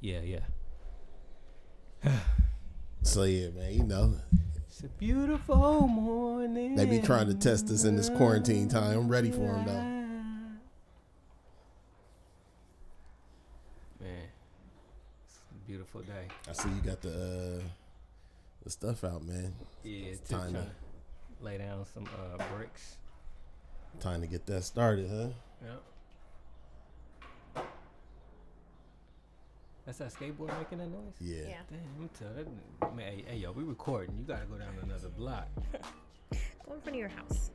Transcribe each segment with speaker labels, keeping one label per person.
Speaker 1: Yeah, yeah.
Speaker 2: So yeah, man, you know
Speaker 1: It's a beautiful morning.
Speaker 2: they be trying to test us in this quarantine time. I'm ready for them though.
Speaker 1: Man, it's a beautiful day.
Speaker 2: I see you got the uh, the stuff out, man.
Speaker 1: Yeah, it's time
Speaker 2: time to-
Speaker 1: to lay down some uh, bricks.
Speaker 2: Time to get that started, huh?
Speaker 1: Yep. That's that skateboard making that noise.
Speaker 2: Yeah.
Speaker 3: Yeah.
Speaker 1: Damn, I'm telling that man. Hey, hey, yo, we recording. You gotta go down another block.
Speaker 3: Go in front of your house.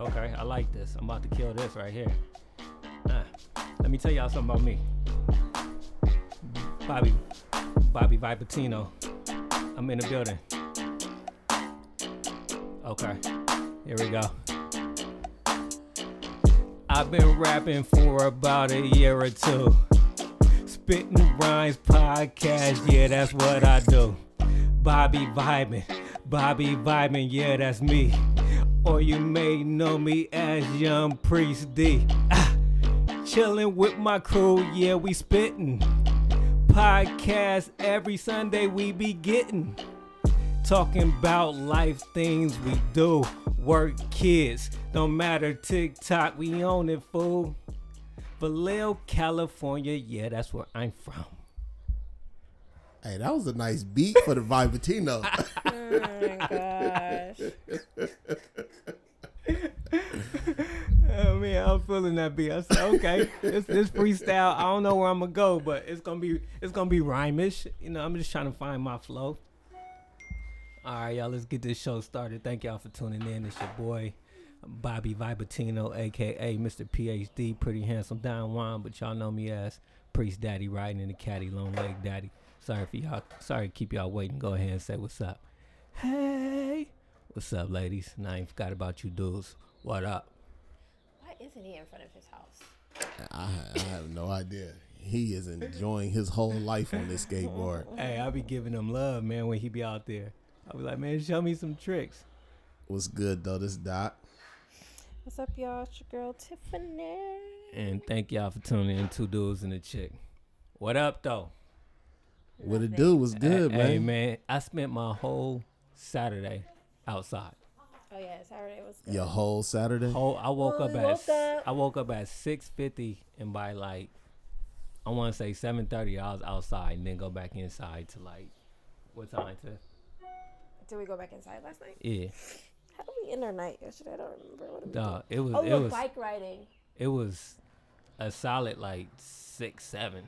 Speaker 1: Okay, I like this. I'm about to kill this right here. Ah, let me tell y'all something about me. Bobby, Bobby Vipatino. I'm in the building. Okay, here we go. I've been rapping for about a year or two. Spitting Rhymes podcast, yeah, that's what I do. Bobby Vibin, Bobby Vibin, yeah, that's me. Or you may know me as Young Priest D. Ah, chilling with my crew, yeah, we spittin'. Podcast every Sunday we be gettin'. Talking about life things we do. Work kids, don't matter TikTok, we own it, fool. Vallejo, California, yeah, that's where I'm from.
Speaker 2: Hey, that was a nice beat for the Vivatino.
Speaker 3: Oh my gosh.
Speaker 1: Oh man, I'm feeling that beat. I said, okay, this this freestyle. I don't know where I'm gonna go, but it's gonna be it's gonna be rhymish. You know, I'm just trying to find my flow. All right, y'all, let's get this show started. Thank y'all for tuning in. It's your boy Bobby Vibatino, aka Mr. PhD, pretty handsome Don Juan, but y'all know me as Priest Daddy riding in the caddy, long leg daddy. Sorry for y'all. Sorry to keep y'all waiting. Go ahead and say what's up. Hey, what's up, ladies? And I ain't forgot about you dudes. What up?
Speaker 3: Why isn't he in front of his house?
Speaker 2: I, I have no idea. He is enjoying his whole life on this skateboard.
Speaker 1: Hey, I be giving him love, man, when he be out there. I be like, man, show me some tricks.
Speaker 2: What's good though? This dot.
Speaker 3: What's up, y'all? It's your girl Tiffany.
Speaker 1: And thank y'all for tuning in, two dudes and a chick. What up, though?
Speaker 2: What it do was good,
Speaker 1: hey,
Speaker 2: man.
Speaker 1: Hey, man, I spent my whole Saturday outside.
Speaker 3: Oh yeah, Saturday was good.
Speaker 2: Your whole Saturday.
Speaker 1: Whole, I woke
Speaker 3: Well,
Speaker 1: up
Speaker 3: we
Speaker 1: at
Speaker 3: Oh, woke
Speaker 1: s-
Speaker 3: up.
Speaker 1: I woke up at six fifty, and by like, I want to say seven thirty, I was outside, and then go back inside to like, what time to?
Speaker 3: Did we go back inside last night?
Speaker 1: Yeah,
Speaker 3: How did we end our night yesterday? I don't remember. What did we do?
Speaker 1: dog. It was,
Speaker 3: Oh,
Speaker 1: it
Speaker 3: look,
Speaker 1: was,
Speaker 3: bike riding.
Speaker 1: it was a solid like six, seven.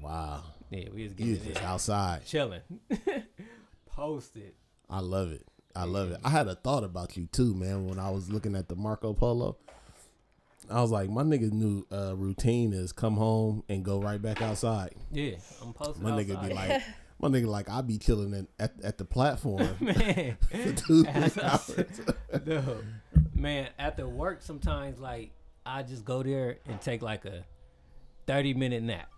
Speaker 2: Wow.
Speaker 1: Yeah, we was getting
Speaker 2: You
Speaker 1: it in.
Speaker 2: just outside.
Speaker 1: chilling. Posted.
Speaker 2: I love it. I love it. I had a thought about you too, man, when I was looking at the Marco Polo. I was like, my nigga's new uh, routine is come home and go right back outside.
Speaker 1: Yeah, I'm posted.
Speaker 2: My nigga be like, my nigga like, I be chilling in, at at the platform
Speaker 1: man,
Speaker 2: for two
Speaker 1: As
Speaker 2: three
Speaker 1: I
Speaker 2: hours.
Speaker 1: said- dude, man, after work sometimes like I just go there and take like a 30 minute nap.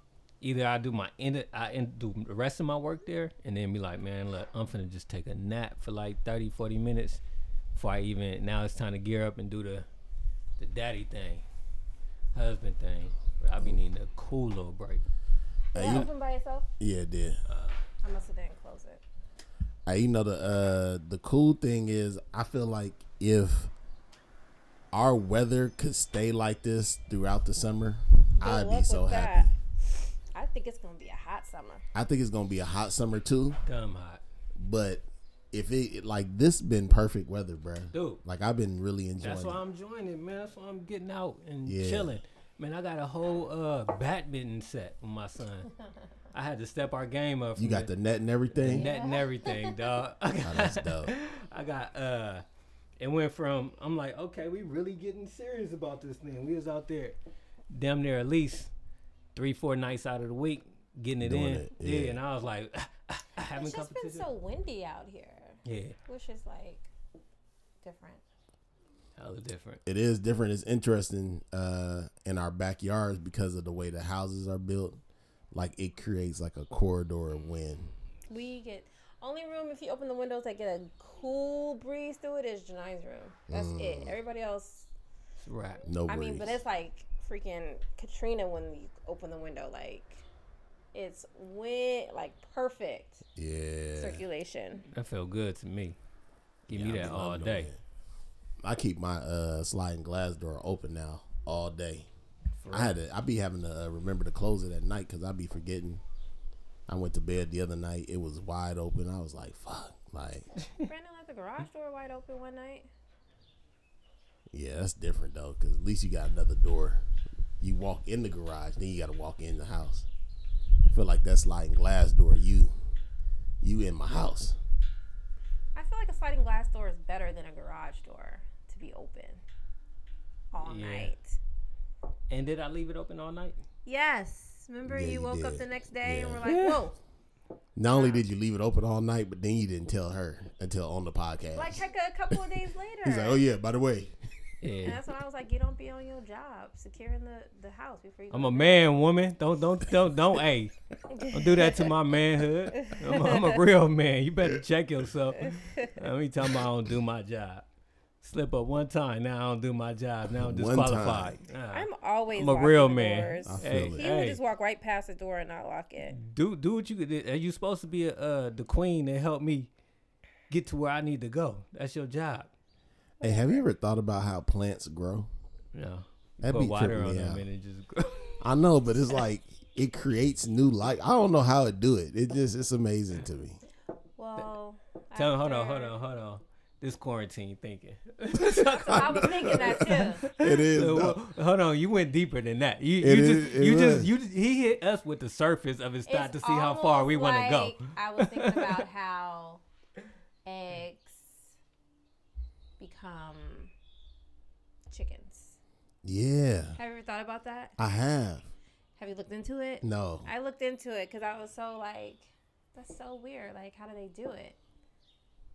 Speaker 1: Either I do my end, I end, do the rest of my work there, and then be like, man, look, I'm finna just take a nap for like 30, 40 minutes before I even. Now it's time to gear up and do the the daddy thing, husband thing. But I be needing a cool little break.
Speaker 3: Did
Speaker 2: Hey,
Speaker 3: that
Speaker 2: you-
Speaker 3: open by itself?
Speaker 2: yeah, dude.
Speaker 3: I must have didn't close it.
Speaker 2: Hey, you know the uh, the cool thing is, I feel like if our weather could stay like this throughout the summer,
Speaker 3: Good
Speaker 2: I'd be
Speaker 3: luck
Speaker 2: so
Speaker 3: with
Speaker 2: happy.
Speaker 3: that. I think it's gonna be a hot summer.
Speaker 2: I think it's gonna be a hot summer too.
Speaker 1: Dumb hot.
Speaker 2: But if it like this been perfect weather, bruh.
Speaker 1: Dude.
Speaker 2: Like I've been really enjoying.
Speaker 1: That's
Speaker 2: it.
Speaker 1: why I'm joining, man. That's why I'm getting out and
Speaker 2: Yeah.
Speaker 1: chilling. Man, I got a whole uh, badminton set with my son. I had to step our game up.
Speaker 2: you
Speaker 1: from
Speaker 2: got the net and
Speaker 1: the
Speaker 2: everything.
Speaker 1: net and everything, dog.
Speaker 2: Oh, that's dope.
Speaker 1: I got uh, it went from I'm like, okay, we really getting serious about this thing. We was out there, damn near at least three, four nights out of the week getting it
Speaker 2: Doing
Speaker 1: in.
Speaker 2: it,
Speaker 1: yeah.
Speaker 2: yeah.
Speaker 1: and I was like, having
Speaker 3: It's just been
Speaker 1: competition.
Speaker 3: so windy out here,
Speaker 1: yeah,
Speaker 3: which is like different.
Speaker 1: hella different.
Speaker 2: It is different. It's interesting uh, in our backyards because of the way the houses are built. Like it creates like a corridor of wind.
Speaker 3: We get only room if you open the windows that get a cool breeze through it is Janine's room. That's
Speaker 2: Mm.
Speaker 3: it. Everybody else,
Speaker 1: It's right.
Speaker 2: No breeze.
Speaker 3: I mean, but it's like freaking Katrina when you open the window, like It's wind, like perfect
Speaker 2: Yeah.
Speaker 3: circulation.
Speaker 1: That felt good to me. Give me that
Speaker 2: I be
Speaker 1: all
Speaker 2: loving
Speaker 1: day.
Speaker 2: it. I keep my uh, sliding glass door open now all day.
Speaker 1: For
Speaker 2: I had to, I be having to uh, remember to close it at night because I be forgetting. I went to bed the other night. It was wide open. I was like, "Fuck!" Like,
Speaker 3: Brandon left the garage door wide open one night.
Speaker 2: yeah, that's different though. Because at least you got another door. You walk in the garage, then you got to walk in the house. I feel like that sliding glass door. You, you in my house.
Speaker 3: I feel like a sliding glass door is better than a garage door to be open all
Speaker 1: Yeah.
Speaker 3: night.
Speaker 1: And did I leave it open all night?
Speaker 3: Yes. Remember
Speaker 2: Yeah,
Speaker 3: you
Speaker 2: you
Speaker 3: woke up
Speaker 2: did.
Speaker 3: the next day and
Speaker 2: Yeah.
Speaker 3: were like, whoa.
Speaker 2: Not only did you leave it open all night, but then you didn't tell her until on the podcast.
Speaker 3: Like heck, a couple of days later.
Speaker 2: He's like, "Oh yeah, by the way,
Speaker 3: And
Speaker 1: Yeah.
Speaker 3: that's when I was like, you don't be on your job securing the, the house before you
Speaker 1: I'm a man, woman. Don't don't don't don't hey. Don't do that to my manhood. I'm a, I'm a real man. You better check yourself. Every time I don't do my job. Slip up one time, now I don't do my job. Now I'm
Speaker 2: One
Speaker 1: disqualified. Nah.
Speaker 3: I'm always
Speaker 1: I'm a
Speaker 3: locking
Speaker 1: real
Speaker 3: the
Speaker 1: man.
Speaker 3: doors.
Speaker 2: I feel
Speaker 1: Hey,
Speaker 2: it.
Speaker 3: He would
Speaker 1: hey,
Speaker 3: just walk right past the door and not lock it.
Speaker 1: do do what you could. do. Are you supposed to be uh, the queen and help me get to where I need to go? That's your job.
Speaker 2: hey, have you ever thought about how plants grow?"
Speaker 1: No,
Speaker 2: That'd
Speaker 1: put
Speaker 2: be
Speaker 1: water
Speaker 2: tripping
Speaker 1: on
Speaker 2: me
Speaker 1: them
Speaker 2: out.
Speaker 1: and it just.
Speaker 2: I know, but it's like it creates new life. I don't know how it do it. It just it's amazing to me.
Speaker 3: Well,
Speaker 1: Tell me, hold on,
Speaker 3: after-
Speaker 1: hold on, hold on. This quarantine thinking.
Speaker 3: I was thinking that too.
Speaker 2: It is.
Speaker 1: Uh,
Speaker 2: though.
Speaker 1: well, hold on, you went deeper than that. You,
Speaker 2: It
Speaker 1: you
Speaker 2: is-
Speaker 1: just,
Speaker 2: it
Speaker 1: you just,
Speaker 2: was.
Speaker 1: you just, he hit us with the surface of his thought to
Speaker 3: It's
Speaker 1: see how far we want to
Speaker 3: almost
Speaker 1: go.
Speaker 3: like I was thinking about how eggs become chickens.
Speaker 2: Yeah,
Speaker 3: Have you ever thought about that?
Speaker 2: I have.
Speaker 3: Have you looked into it?
Speaker 2: No,
Speaker 3: I looked into it because I was so like, that's so weird. Like, how do they do it?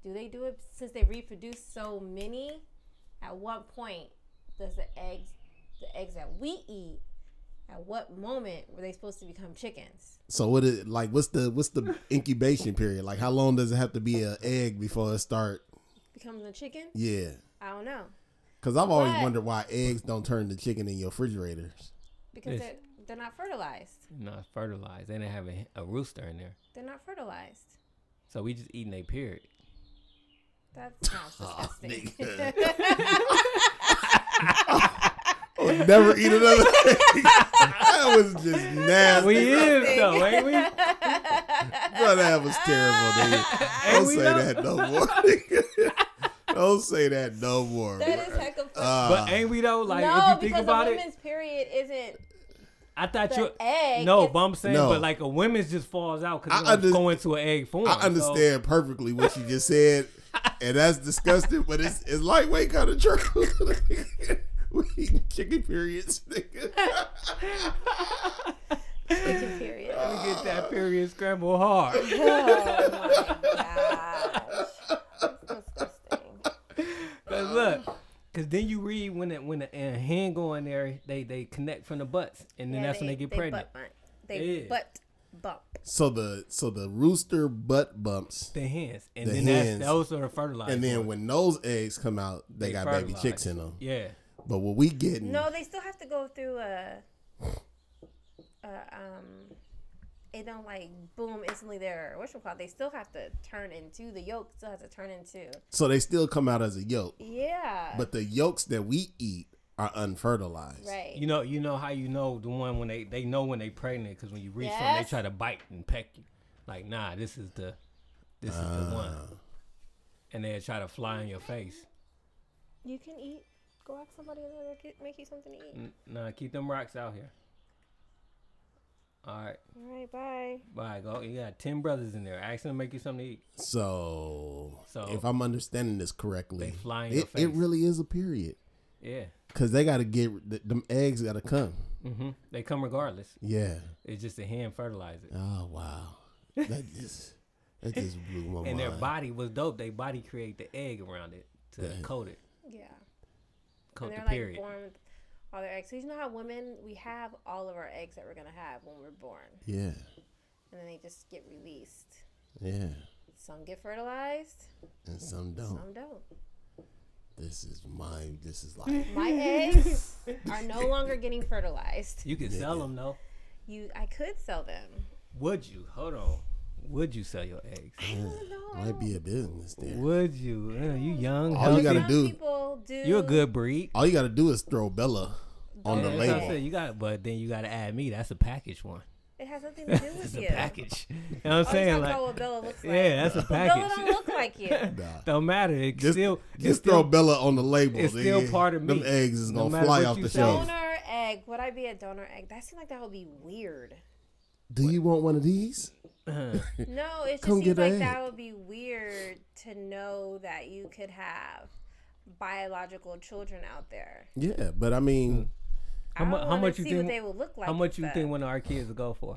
Speaker 3: Do they do it since they reproduce so many? At what point does the eggs, the eggs that we eat, at what moment were they supposed to become chickens?
Speaker 2: so what is like? What's the what's the incubation period? Like, how long does it have to be an egg before it start?
Speaker 3: Becomes a chicken?
Speaker 2: Yeah,
Speaker 3: I don't know
Speaker 2: because I've always
Speaker 3: But-
Speaker 2: wondered why eggs don't turn to chicken in your refrigerators.
Speaker 3: because
Speaker 1: Yes.
Speaker 3: they're, they're not fertilized.
Speaker 1: Not fertilized. They didn't have a, a rooster in there,
Speaker 3: They're not fertilized.
Speaker 1: so we just eating a period.
Speaker 3: That sounds disgusting.
Speaker 2: I'll never eat another. egg. that was just nasty.
Speaker 1: We is though, ain't we?
Speaker 2: Bro, that was terrible, nigga. Don't
Speaker 1: we
Speaker 2: say
Speaker 1: know-
Speaker 2: that no more. nigga. Don't say that no more.
Speaker 3: that is heck of
Speaker 2: Uh,
Speaker 1: But ain't we though? Like
Speaker 3: no,
Speaker 1: if you
Speaker 3: because
Speaker 1: think about
Speaker 3: a
Speaker 1: it,
Speaker 3: women's period isn't
Speaker 1: I thought
Speaker 3: the
Speaker 1: you.
Speaker 3: egg.
Speaker 1: No,
Speaker 3: it's-
Speaker 1: but I'm saying,
Speaker 2: No.
Speaker 1: but like a women's just falls out
Speaker 2: I
Speaker 1: because it's
Speaker 2: under-
Speaker 1: go into an egg form.
Speaker 2: I
Speaker 1: so-
Speaker 2: understand perfectly what you just said, and that's disgusting. But it's it's lightweight kind of charcoal. we eating chicken periods, nigga.
Speaker 3: Chicken period.
Speaker 1: Let me get that period scramble hard.
Speaker 3: Oh my gosh. That's disgusting.
Speaker 1: Cause look, cause then you read when it, when a, a hand go in there, they they connect from the butts, and then
Speaker 3: Yeah,
Speaker 1: that's when they get pregnant.
Speaker 3: Butt bump. They
Speaker 1: Yeah.
Speaker 3: butt bump.
Speaker 2: So the so the rooster butt bumps,
Speaker 1: The hands, and
Speaker 2: The
Speaker 1: then
Speaker 2: hands.
Speaker 1: that's those are the fertilized.
Speaker 2: and then
Speaker 1: ones.
Speaker 2: when those eggs come out, they,
Speaker 1: They
Speaker 2: got baby
Speaker 1: fertilize.
Speaker 2: chicks in them.
Speaker 1: yeah,
Speaker 2: But what we getting?
Speaker 1: Mm.
Speaker 3: No, they still have to go through a, a um. It don't like boom instantly. They're what you call. it, They still have to turn into the yolk. Still has to turn into.
Speaker 2: So they still come out as a yolk,
Speaker 3: Yeah.
Speaker 2: but the yolks that we eat are unfertilized.
Speaker 3: right.
Speaker 1: you know you know how you know the one when they they know when they pregnant because when you reach them, they
Speaker 3: Yes.
Speaker 1: try to bite and peck you. Like nah, this is the this is the one,
Speaker 2: Ah.
Speaker 1: and they try to fly in your face.
Speaker 3: you can eat. Go ask somebody and they'll get- make you something to eat.
Speaker 1: N- Nah, keep them rocks out here. All right,
Speaker 3: All right. Bye.
Speaker 1: bye. Go. You got ten brothers in there. Ask them to make you something to eat.
Speaker 2: So,
Speaker 1: So-
Speaker 2: if I'm understanding this
Speaker 1: They
Speaker 2: correctly,
Speaker 1: fly in
Speaker 2: it,
Speaker 1: your
Speaker 2: it
Speaker 1: face.
Speaker 2: really is a period
Speaker 1: Yeah.
Speaker 2: because they got to get th- them eggs got to come.
Speaker 1: hmm They come regardless.
Speaker 2: Yeah.
Speaker 1: It's just the hand fertilized it.
Speaker 2: Oh wow. That just that just blew my
Speaker 1: And
Speaker 2: mind.
Speaker 1: their body was dope. They body create the egg around it to
Speaker 2: Yeah.
Speaker 1: coat it,
Speaker 3: Yeah.
Speaker 1: coat
Speaker 3: and
Speaker 1: the
Speaker 3: they're like
Speaker 1: period.
Speaker 3: born with all their eggs. So you know how women we have all of our eggs that we're gonna have when we're born,
Speaker 2: yeah.
Speaker 3: and then they just get released.
Speaker 2: Yeah.
Speaker 3: Some get fertilized,
Speaker 2: And some don't.
Speaker 3: some don't.
Speaker 2: This is my. This is like.
Speaker 3: My eggs are no longer getting fertilized.
Speaker 1: you can sell them though.
Speaker 3: You, I could sell them.
Speaker 1: Would you? Hold on. Would you sell your eggs?
Speaker 3: I don't know.
Speaker 2: Might be a business there.
Speaker 1: Would you? Uh, you young.
Speaker 2: All
Speaker 1: healthy.
Speaker 2: you gotta
Speaker 3: Some
Speaker 2: do-
Speaker 3: people do.
Speaker 1: You're a good breed.
Speaker 2: All you gotta do is throw Bella on the
Speaker 1: Yeah, that's what I
Speaker 2: label.
Speaker 1: said. You got, but then you got to add me. That's a package one.
Speaker 3: It has nothing to do with
Speaker 1: It's
Speaker 3: you.
Speaker 1: a package. You know what I'm
Speaker 3: Oh,
Speaker 1: saying?
Speaker 3: That's
Speaker 1: Like,
Speaker 3: not what Bella looks like.
Speaker 1: yeah, that's a
Speaker 3: Bella
Speaker 1: package.
Speaker 3: don't look like you.
Speaker 2: Nah.
Speaker 1: Don't matter. It
Speaker 2: Just,
Speaker 1: still, it's
Speaker 2: just
Speaker 1: still
Speaker 2: throw Bella on the label.
Speaker 1: it's still
Speaker 2: nigga.
Speaker 1: part of me.
Speaker 2: Them eggs is
Speaker 1: No
Speaker 2: gonna
Speaker 1: matter
Speaker 2: fly
Speaker 1: what
Speaker 2: off
Speaker 1: you
Speaker 2: the
Speaker 1: say.
Speaker 2: shelf.
Speaker 3: Donor egg. Would I be a donor egg? That seems like that would be weird.
Speaker 2: Do you want one of these?
Speaker 3: No, it just
Speaker 2: Come
Speaker 3: seems
Speaker 2: get an
Speaker 3: like that
Speaker 2: egg.
Speaker 3: would be weird to know that you could have biological children out there.
Speaker 2: Yeah, but I mean,
Speaker 1: How mu-
Speaker 3: I
Speaker 1: how
Speaker 3: wanna
Speaker 1: much
Speaker 3: see
Speaker 1: you think-
Speaker 3: what they would look like.
Speaker 1: How much
Speaker 3: with
Speaker 1: you
Speaker 3: that.
Speaker 1: think one of our kids will go for?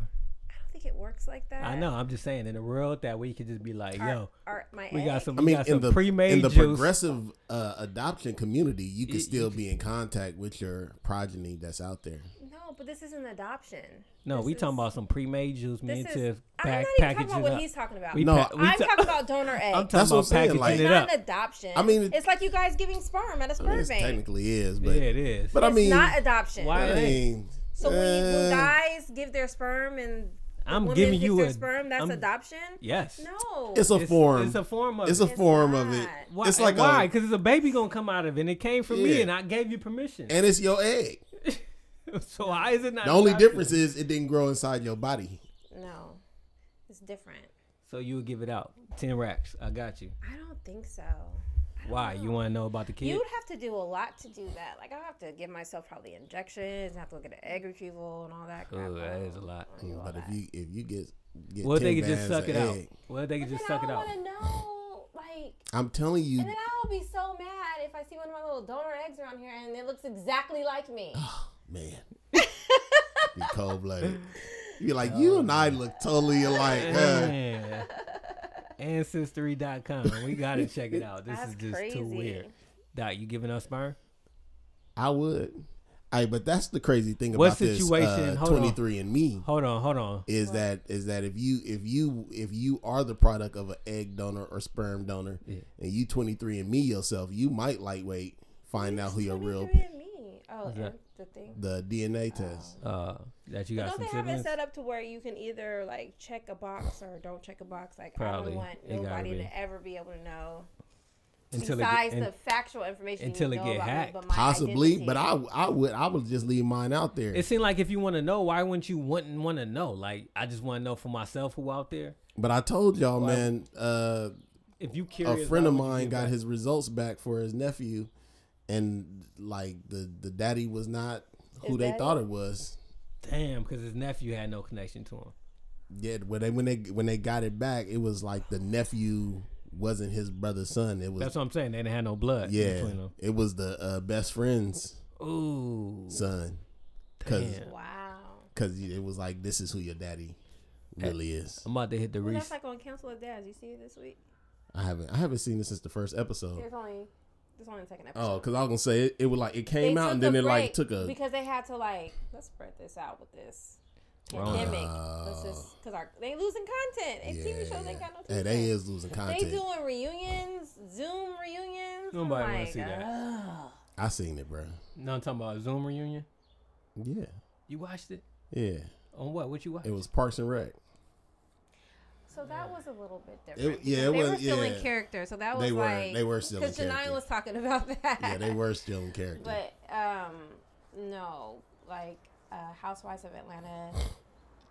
Speaker 3: I don't think it works like that.
Speaker 1: I know. I'm just saying in the world that we could just be like,
Speaker 3: Our-
Speaker 1: yo,
Speaker 3: our- my
Speaker 1: we got
Speaker 3: egg?
Speaker 1: some.
Speaker 2: I
Speaker 1: we
Speaker 2: mean,
Speaker 1: got
Speaker 2: in
Speaker 1: some
Speaker 2: the
Speaker 1: pre-made
Speaker 2: in the
Speaker 1: juice.
Speaker 2: progressive uh, adoption community, you can
Speaker 1: You-
Speaker 2: still be in contact with your progeny that's out there.
Speaker 3: No, but this isn't adoption.
Speaker 1: no,
Speaker 3: This
Speaker 1: we
Speaker 3: is-
Speaker 1: talking about some pre-made juice. Me
Speaker 3: This
Speaker 1: and
Speaker 3: is,
Speaker 1: Tiff
Speaker 3: I'm not
Speaker 1: pack,
Speaker 3: even talking
Speaker 1: packaging
Speaker 3: about what
Speaker 1: up.
Speaker 3: he's talking about.
Speaker 1: We
Speaker 2: No,
Speaker 1: pa- we
Speaker 3: I'm
Speaker 1: ta-
Speaker 3: talking about donor egg.
Speaker 1: I'm
Speaker 2: That's
Speaker 1: talking
Speaker 2: what
Speaker 1: about
Speaker 2: I'm saying,
Speaker 1: packaging
Speaker 2: like-
Speaker 3: it's
Speaker 1: it
Speaker 3: not
Speaker 1: up.
Speaker 3: an adoption.
Speaker 2: I mean, it-
Speaker 3: it's like you guys giving sperm at a
Speaker 2: I mean,
Speaker 3: sperm
Speaker 2: it
Speaker 3: bank.
Speaker 2: technically is,
Speaker 1: Yeah,
Speaker 2: but
Speaker 1: it is.
Speaker 2: but I
Speaker 3: It's
Speaker 2: mean,
Speaker 3: not adoption.
Speaker 1: Why-
Speaker 2: I mean,
Speaker 3: So when, you, when
Speaker 2: uh,
Speaker 3: guys give their sperm and
Speaker 1: I'm
Speaker 3: women
Speaker 1: giving
Speaker 3: pick
Speaker 1: you
Speaker 3: their
Speaker 1: a
Speaker 3: sperm, that's
Speaker 1: I'm-
Speaker 3: adoption.
Speaker 1: Yes.
Speaker 3: No,
Speaker 2: it's a
Speaker 1: It's-
Speaker 2: form.
Speaker 1: It's a form of.
Speaker 2: It's a
Speaker 1: it.
Speaker 2: form
Speaker 3: not.
Speaker 2: of it.
Speaker 1: Why?
Speaker 2: It's like
Speaker 1: why?
Speaker 2: a,
Speaker 1: Because it's a baby gonna come out of it. and It came from me,
Speaker 2: Yeah.
Speaker 1: and I gave you permission.
Speaker 2: and it's your egg.
Speaker 1: so why is it not?
Speaker 2: The only
Speaker 1: adoption?
Speaker 2: difference is it didn't grow inside your body.
Speaker 3: no, it's different.
Speaker 1: So you would give it out ten racks. I got you.
Speaker 3: I don't think so.
Speaker 1: Why? You want to know about the kid?
Speaker 3: You'd have to do a lot to do that. Like I have to give myself probably injections, and have to look at an egg retrieval and all that. Crap.
Speaker 1: Ooh, that
Speaker 3: I
Speaker 1: is a lot.
Speaker 3: don't wanna do all
Speaker 2: But
Speaker 3: that.
Speaker 2: if you if you get get
Speaker 1: What if they
Speaker 2: ten
Speaker 1: could just
Speaker 2: bags
Speaker 1: suck it
Speaker 2: of
Speaker 1: out?
Speaker 2: egg,
Speaker 1: What if they could
Speaker 3: But
Speaker 1: just
Speaker 3: then
Speaker 1: suck it
Speaker 3: I
Speaker 1: out?
Speaker 3: want to know, like,
Speaker 2: I'm telling you,
Speaker 3: and then I'll be so mad if I see one of my little donor eggs around here and it looks exactly like me.
Speaker 2: man. be cold blooded. You be like,
Speaker 1: Oh,
Speaker 2: you and I look totally alike. huh?
Speaker 1: Man. Ancestry.com. We gotta check it out. This
Speaker 3: That's
Speaker 1: is just
Speaker 3: crazy.
Speaker 1: too weird. Doc, you giving us sperm?
Speaker 2: I would. Hey, but that's the crazy thing
Speaker 1: What
Speaker 2: about
Speaker 1: situation?
Speaker 2: this
Speaker 1: Hold on.
Speaker 2: twenty three and me
Speaker 1: Hold on, hold on.
Speaker 2: is that is that if you if you if you are the product of an egg donor or sperm donor and you twenty three and me yourself, you might lightweight find out who your real
Speaker 3: 23andMe. Oh,
Speaker 1: that?
Speaker 3: and Oh, the thing.
Speaker 2: the DNA test.
Speaker 1: Uh, that you
Speaker 3: But
Speaker 1: got
Speaker 3: don't
Speaker 1: some
Speaker 3: they have it
Speaker 1: siblings.
Speaker 3: set up to where you can either like check a box or don't check a box? Like
Speaker 1: Probably.
Speaker 3: I don't
Speaker 1: It gotta
Speaker 3: want nobody
Speaker 1: be.
Speaker 3: to ever be able to know
Speaker 1: Until it get-
Speaker 3: besides
Speaker 1: and-
Speaker 3: the factual information
Speaker 1: until
Speaker 3: you
Speaker 1: it
Speaker 3: know
Speaker 1: get
Speaker 3: about
Speaker 1: hacked.
Speaker 3: Me, but my
Speaker 2: Possibly,
Speaker 3: identity.
Speaker 2: but I I would I would just leave mine out there.
Speaker 1: it seemed like if you want to know, why wouldn't you want want to know? Like, I just want to know for myself who out there.
Speaker 2: But I told y'all, man, uh,
Speaker 1: If you
Speaker 2: a
Speaker 1: curious,
Speaker 2: friend
Speaker 1: why
Speaker 2: of
Speaker 1: would you
Speaker 2: mine
Speaker 1: give
Speaker 2: got
Speaker 1: back?
Speaker 2: his results back for his nephew, and like the the daddy was not who
Speaker 3: His
Speaker 2: they
Speaker 3: daddy?
Speaker 2: thought it was.
Speaker 1: damn because his nephew had no connection to him.
Speaker 2: Yeah, when they when they when they got it back, it was like the nephew wasn't his brother's son. It was
Speaker 1: That's what I'm saying. They didn't have no blood
Speaker 2: yeah,
Speaker 1: between them.
Speaker 2: it was the uh, best friend's
Speaker 1: Ooh,
Speaker 2: son because
Speaker 1: damn.
Speaker 3: Wow.
Speaker 2: because it was like this is who your daddy really is.
Speaker 1: I'm about to hit the
Speaker 3: Well,
Speaker 1: reset.
Speaker 3: that's like on Council of Dads. You see it this week?
Speaker 2: I haven't I haven't seen this since the first episode.
Speaker 3: There's only there's only the second episode.
Speaker 2: Oh, because I was gonna say it, it was like it came
Speaker 3: They
Speaker 2: out
Speaker 3: took
Speaker 2: and
Speaker 3: a
Speaker 2: then it like
Speaker 3: break
Speaker 2: took a
Speaker 3: because they had to like let's spread this out with this
Speaker 1: Corona.
Speaker 3: pandemic. Let's just because our they losing content and TV shows ain't got no.
Speaker 2: Hey,
Speaker 3: Content.
Speaker 2: they is losing
Speaker 3: They
Speaker 2: content.
Speaker 3: doing reunions, Zoom reunions. I'm
Speaker 1: Nobody wanna
Speaker 3: like, uh,
Speaker 1: see that.
Speaker 3: ugh.
Speaker 2: I seen it, bro.
Speaker 1: no, I'm talking about a Zoom reunion.
Speaker 2: Yeah,
Speaker 1: You watched it
Speaker 2: yeah.
Speaker 1: on what? What you watched?
Speaker 2: It was Parks and Rec.
Speaker 3: So that was a little bit different.
Speaker 2: yeah,
Speaker 3: because
Speaker 2: it
Speaker 3: they
Speaker 2: was-
Speaker 3: were still
Speaker 2: yeah.
Speaker 3: in character, so that was
Speaker 2: They were-
Speaker 3: like
Speaker 2: they were still in
Speaker 3: because Janine
Speaker 2: character.
Speaker 3: was talking about that.
Speaker 2: Yeah, they were still in character.
Speaker 3: But um, no, like uh, Housewives of Atlanta,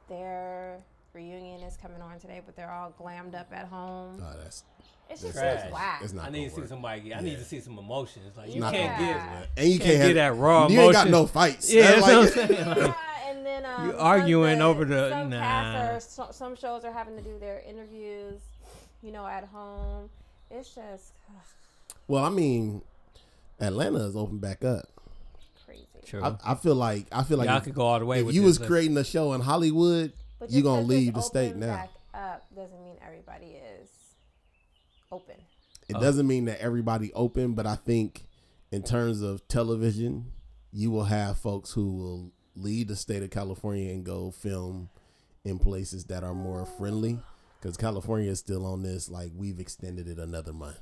Speaker 3: their reunion is coming on today, but they're all glammed up at home.
Speaker 2: oh, that's
Speaker 3: It's just
Speaker 1: Trash.
Speaker 3: it's whack.
Speaker 2: it's not.
Speaker 1: I need to see
Speaker 2: some.
Speaker 1: somebody. I
Speaker 2: Yeah.
Speaker 1: need to see some emotions. Like you
Speaker 3: Not
Speaker 1: can't
Speaker 3: gonna
Speaker 1: give.
Speaker 3: work.
Speaker 2: And you
Speaker 1: Can't
Speaker 2: can't,
Speaker 1: get that raw
Speaker 2: You ain't got
Speaker 1: emotion.
Speaker 2: no fights.
Speaker 1: Yeah, that's
Speaker 2: That's
Speaker 1: what I'm
Speaker 2: like-
Speaker 1: saying.
Speaker 3: Yeah, and then um,
Speaker 1: You
Speaker 3: some
Speaker 1: arguing
Speaker 3: the-
Speaker 1: over the-
Speaker 3: some casts
Speaker 1: nah.
Speaker 3: are- so, some shows are having to do their interviews, you know, at home. It's just ugh,
Speaker 2: well, I mean, Atlanta is open back up.
Speaker 3: crazy.
Speaker 1: True.
Speaker 2: I, I feel like I feel like
Speaker 1: Y'all
Speaker 2: if,
Speaker 1: could go all the way.
Speaker 2: if
Speaker 1: with
Speaker 2: you
Speaker 1: this
Speaker 2: was
Speaker 1: list.
Speaker 2: creating a show in Hollywood,
Speaker 3: But
Speaker 2: you
Speaker 3: just
Speaker 2: gonna
Speaker 3: 'cause
Speaker 2: leave
Speaker 3: it's
Speaker 2: the state
Speaker 3: open
Speaker 2: now.
Speaker 3: Back up doesn't mean everybody is open.
Speaker 1: Oh.
Speaker 2: It doesn't mean that everybody open, but I think in terms of television, you will have folks who will leave the state of California and go film in places that are more friendly because California is still on this. Like we've extended it another month.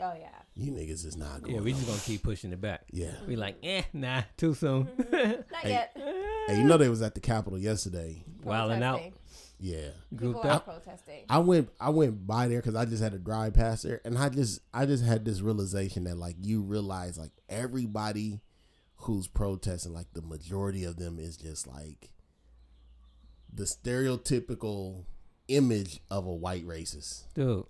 Speaker 3: Oh yeah.
Speaker 2: You niggas is not going.
Speaker 1: Yeah, we just gonna keep pushing it back.
Speaker 2: Yeah.
Speaker 1: We like, eh, nah, too soon.
Speaker 3: Not yet.
Speaker 2: Hey, you know they was at the Capitol yesterday.
Speaker 1: Wilding out.
Speaker 3: Protesting.
Speaker 2: Yeah.
Speaker 3: People
Speaker 1: Grouped
Speaker 3: are
Speaker 1: up.
Speaker 3: protesting.
Speaker 2: I went I went by there because I just had to drive past there, and I just I just had this realization that like you realize like everybody who's protesting, like the majority of them is just like the stereotypical image of a white racist.
Speaker 1: Dude,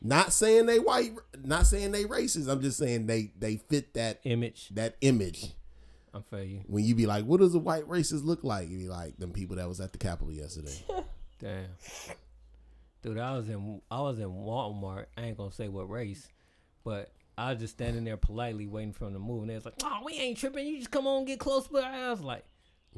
Speaker 2: Not saying they white, not saying they racist. I'm just saying they they fit that
Speaker 1: image.
Speaker 2: that image.
Speaker 1: I'm for you.
Speaker 2: When you be like, what does a white racist look like? You be like them people that was at the Capitol yesterday.
Speaker 1: Damn. Dude, I was in I was in Walmart. I ain't gonna say what race, but I was just standing there politely waiting for them to move, and they was like, "Oh, we ain't tripping. You just come on, get close." But I was like,